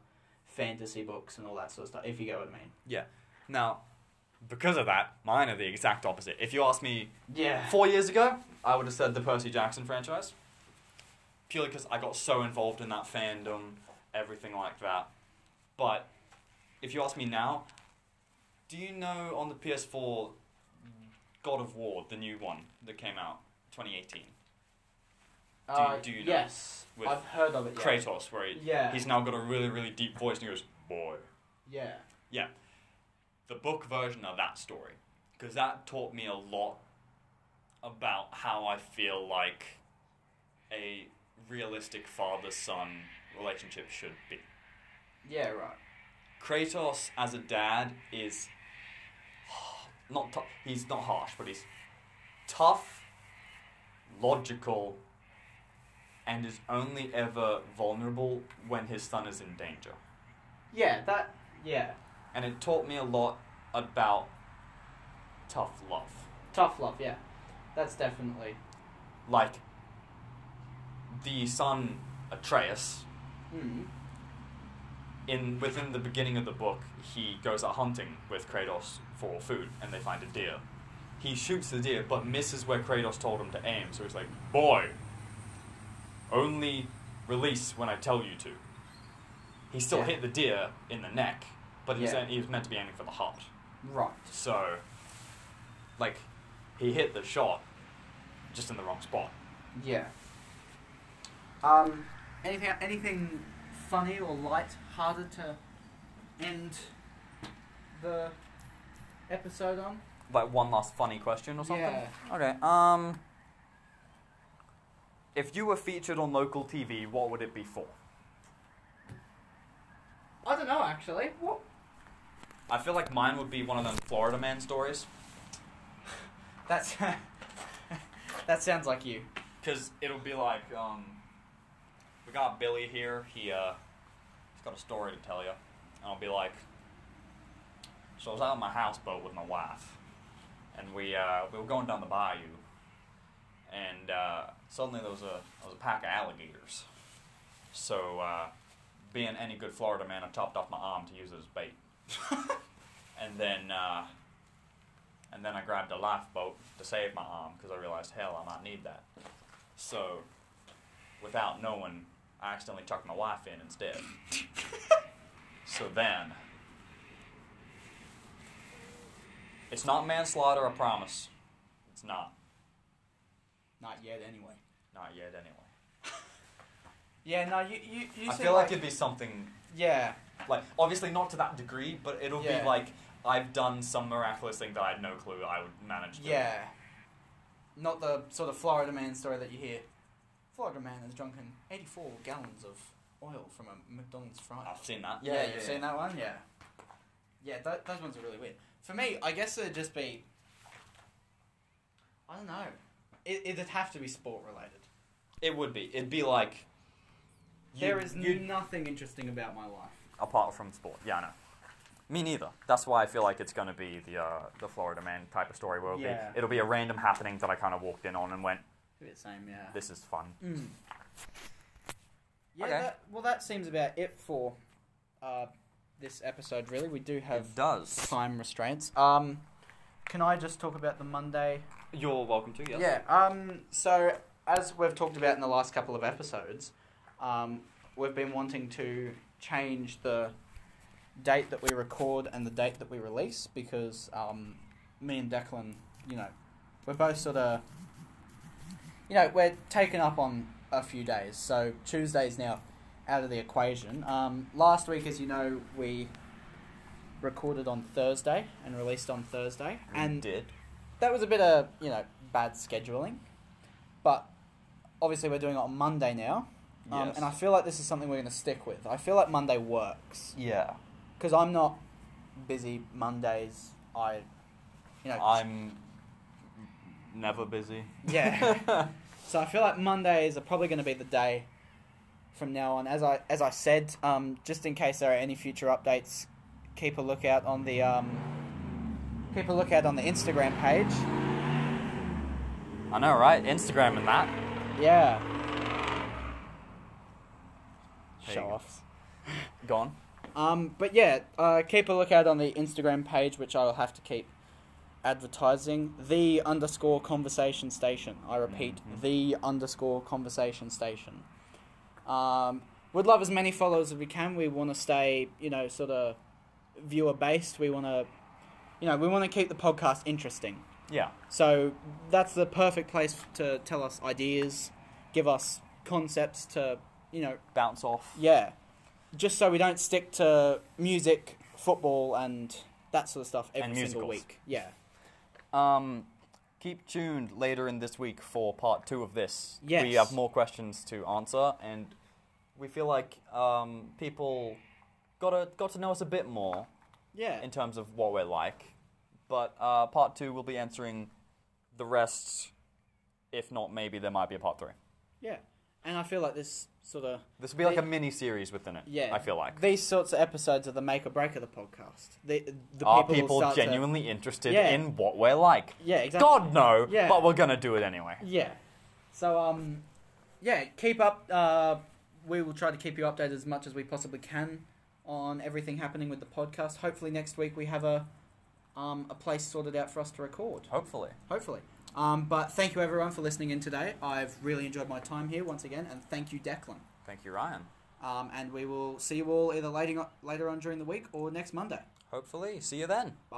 S2: fantasy books and all that sort of stuff. If you get what I mean.
S3: Now,
S1: Because of that, mine are the exact opposite. If you ask me
S2: Yeah.
S1: Four years ago, I would have said the Percy Jackson franchise. Purely because I got so involved in that fandom, everything like that. But if you ask me now, do you know on the PS4 God of War, the new one that came out 2018?
S2: Uh,
S1: do you know?
S2: yes,
S1: With
S2: I've heard of it. Yeah.
S1: Kratos, where he,
S2: Yeah.
S1: he's now got a really, really deep voice and he goes, Boy.
S2: yeah.
S1: the book version of that story because that taught me a lot about how I feel like a realistic father son relationship should be.
S2: Yeah. Right.
S1: Kratos as a dad is not tou- he's not harsh, but he's tough, logical, and is only ever vulnerable when his son is in danger.
S2: Yeah. That. Yeah.
S1: And it taught me a lot about tough love.
S2: Tough love. Yeah. That's definitely.
S1: like the son Atreus
S2: Mm.
S1: in within the beginning of the book he goes out hunting with Kratos for food and they find a deer. He shoots the deer but misses where Kratos told him to aim so he's like boy only release when I tell you to. He still
S2: Yeah.
S1: hit the deer in the neck but he, was,
S2: Yeah.
S1: he was meant to be aiming for the heart.
S2: Right.
S1: So like he hit the shot just in the wrong spot.
S2: Yeah. Um. Anything. Anything funny or light-hearted to end the episode on?
S1: like one last funny question or something.
S2: Yeah.
S1: Okay. Um.
S4: If you were featured on local TV, what would it be for?
S2: I don't know actually. What?
S1: I feel like mine would be one of them Florida man stories
S2: That's that sounds like you.
S1: because it'll be like um, we got Billy here. He uh, he's got a story to tell you, and I'll be like, so I was out on my houseboat with my wife, and we uh, we were going down the bayou, and uh, suddenly there was a there was a pack of alligators. So, uh, being any good Florida man, I chopped off my arm to use it as bait, and then. Uh, and then I grabbed a lifeboat to save my arm because I realized, hell, I might need that. So, without knowing, I accidentally chucked my wife in instead. so then, it's not manslaughter, I promise. It's not.
S2: Not yet, anyway.
S1: Not yet, anyway.
S2: Yeah, no, you you you.
S1: I
S2: said,
S1: feel like, it'd be something,
S2: yeah.
S1: like, obviously not to that degree, but it'll
S2: Yeah.
S1: be like, I've done some miraculous thing that I had no clue I would manage to do.
S2: Yeah. Not the sort of Florida man story that you hear. Florida man has drunken 84 gallons of oil from a McDonald's fry.
S1: I've seen that.
S2: Oh, yeah, you've seen that one? Yeah. Yeah, tho- those ones are really weird. For me, I guess it'd just be. I don't know. It, it'd have to be sport related.
S1: It would be. It'd be like.
S2: there
S1: you-
S2: is
S1: you-
S2: nothing interesting about my life.
S1: apart from sport. Yeah, no. Me neither. That's why I feel like it's going to be the uh, the Florida man type of story. Where it'll
S2: Yeah.
S1: be it'll be a random happening that I kind of walked in on and went,
S2: A bit same, yeah.
S1: "This is fun."
S2: Mm. Yeah,
S1: Okay.
S2: that, well, that seems about it for uh, this episode, really. We do have
S1: does.
S2: time restraints. Um, can I just talk about the Monday?
S4: You're welcome to, yes.
S2: Yeah. Um, so, as we've talked about in the last couple of episodes, um, we've been wanting to change the date that we record and the date that we release because um, me and Declan, you know, we're both sort of, you know, we're taken up on a few days. So Tuesday's now out of the equation. Um, last week, as you know, we recorded on Thursday and released on Thursday,
S1: We
S2: and
S1: did.
S2: that was a bit of you know bad scheduling, but obviously we're doing it on Monday now, um,
S1: Yes.
S2: and I feel like this is something we're going to stick with. I feel like Monday works
S1: Yeah.
S2: because I'm not busy Mondays. I, you know,
S1: I'm never busy.
S2: Yeah. so I feel like Mondays are probably going to be the day from now on. As I as I said, um, just in case there are any future updates, keep a lookout on the um, keep a lookout on the Instagram page.
S1: I know, right? Instagram and that.
S2: Yeah.
S1: There
S2: Show
S1: you go.
S2: offs.
S1: Gone.
S2: Um, but yeah, uh, keep a lookout on the Instagram page, which I will have to keep advertising. The underscore conversation station. I repeat,
S1: Mhm.
S2: the underscore conversation station. Um, would love as many followers as we can. We want to stay, you know, sort of viewer based. We want to, you know, we want to keep the podcast interesting.
S1: Yeah.
S2: So that's the perfect place to tell us ideas, give us concepts to, you know,
S1: Bounce off.
S2: yeah. Just so we don't stick to music, football, and that sort of stuff every
S1: And
S2: single
S1: musicals.
S2: week. Yeah.
S1: Um, keep tuned later in this week for part two of this.
S2: Yes.
S1: We have more questions to answer, and we feel like um, people got to, got to know us a bit more
S2: Yeah.
S1: in terms of what we're like. But uh, part two, we'll be answering the rest. If not, maybe there might be a part three.
S2: yeah. And I feel like this sort of
S1: This will be like a mini series within it.
S2: yeah.
S1: I feel like.
S2: these sorts of episodes are the make or break of the podcast. The the
S1: Are
S2: people, will
S1: people,
S2: start to-
S1: genuinely interested
S2: Yeah.
S1: in what we're like?
S2: yeah exactly
S1: God no,
S2: Yeah.
S1: but we're gonna do it anyway.
S2: Yeah. So um, yeah, keep up. Uh, we will try to keep you updated as much as we possibly can on everything happening with the podcast. Hopefully next week we have a um a place sorted out for us to record.
S1: Hopefully.
S2: Hopefully. Um, but thank you everyone for listening in today. I've really enjoyed my time here once again, and thank you, Declan.
S1: Thank you, Ryan.
S2: Um, and we will see you all either later on, later on during the week or next Monday.
S1: Hopefully. See you then.
S2: Bye.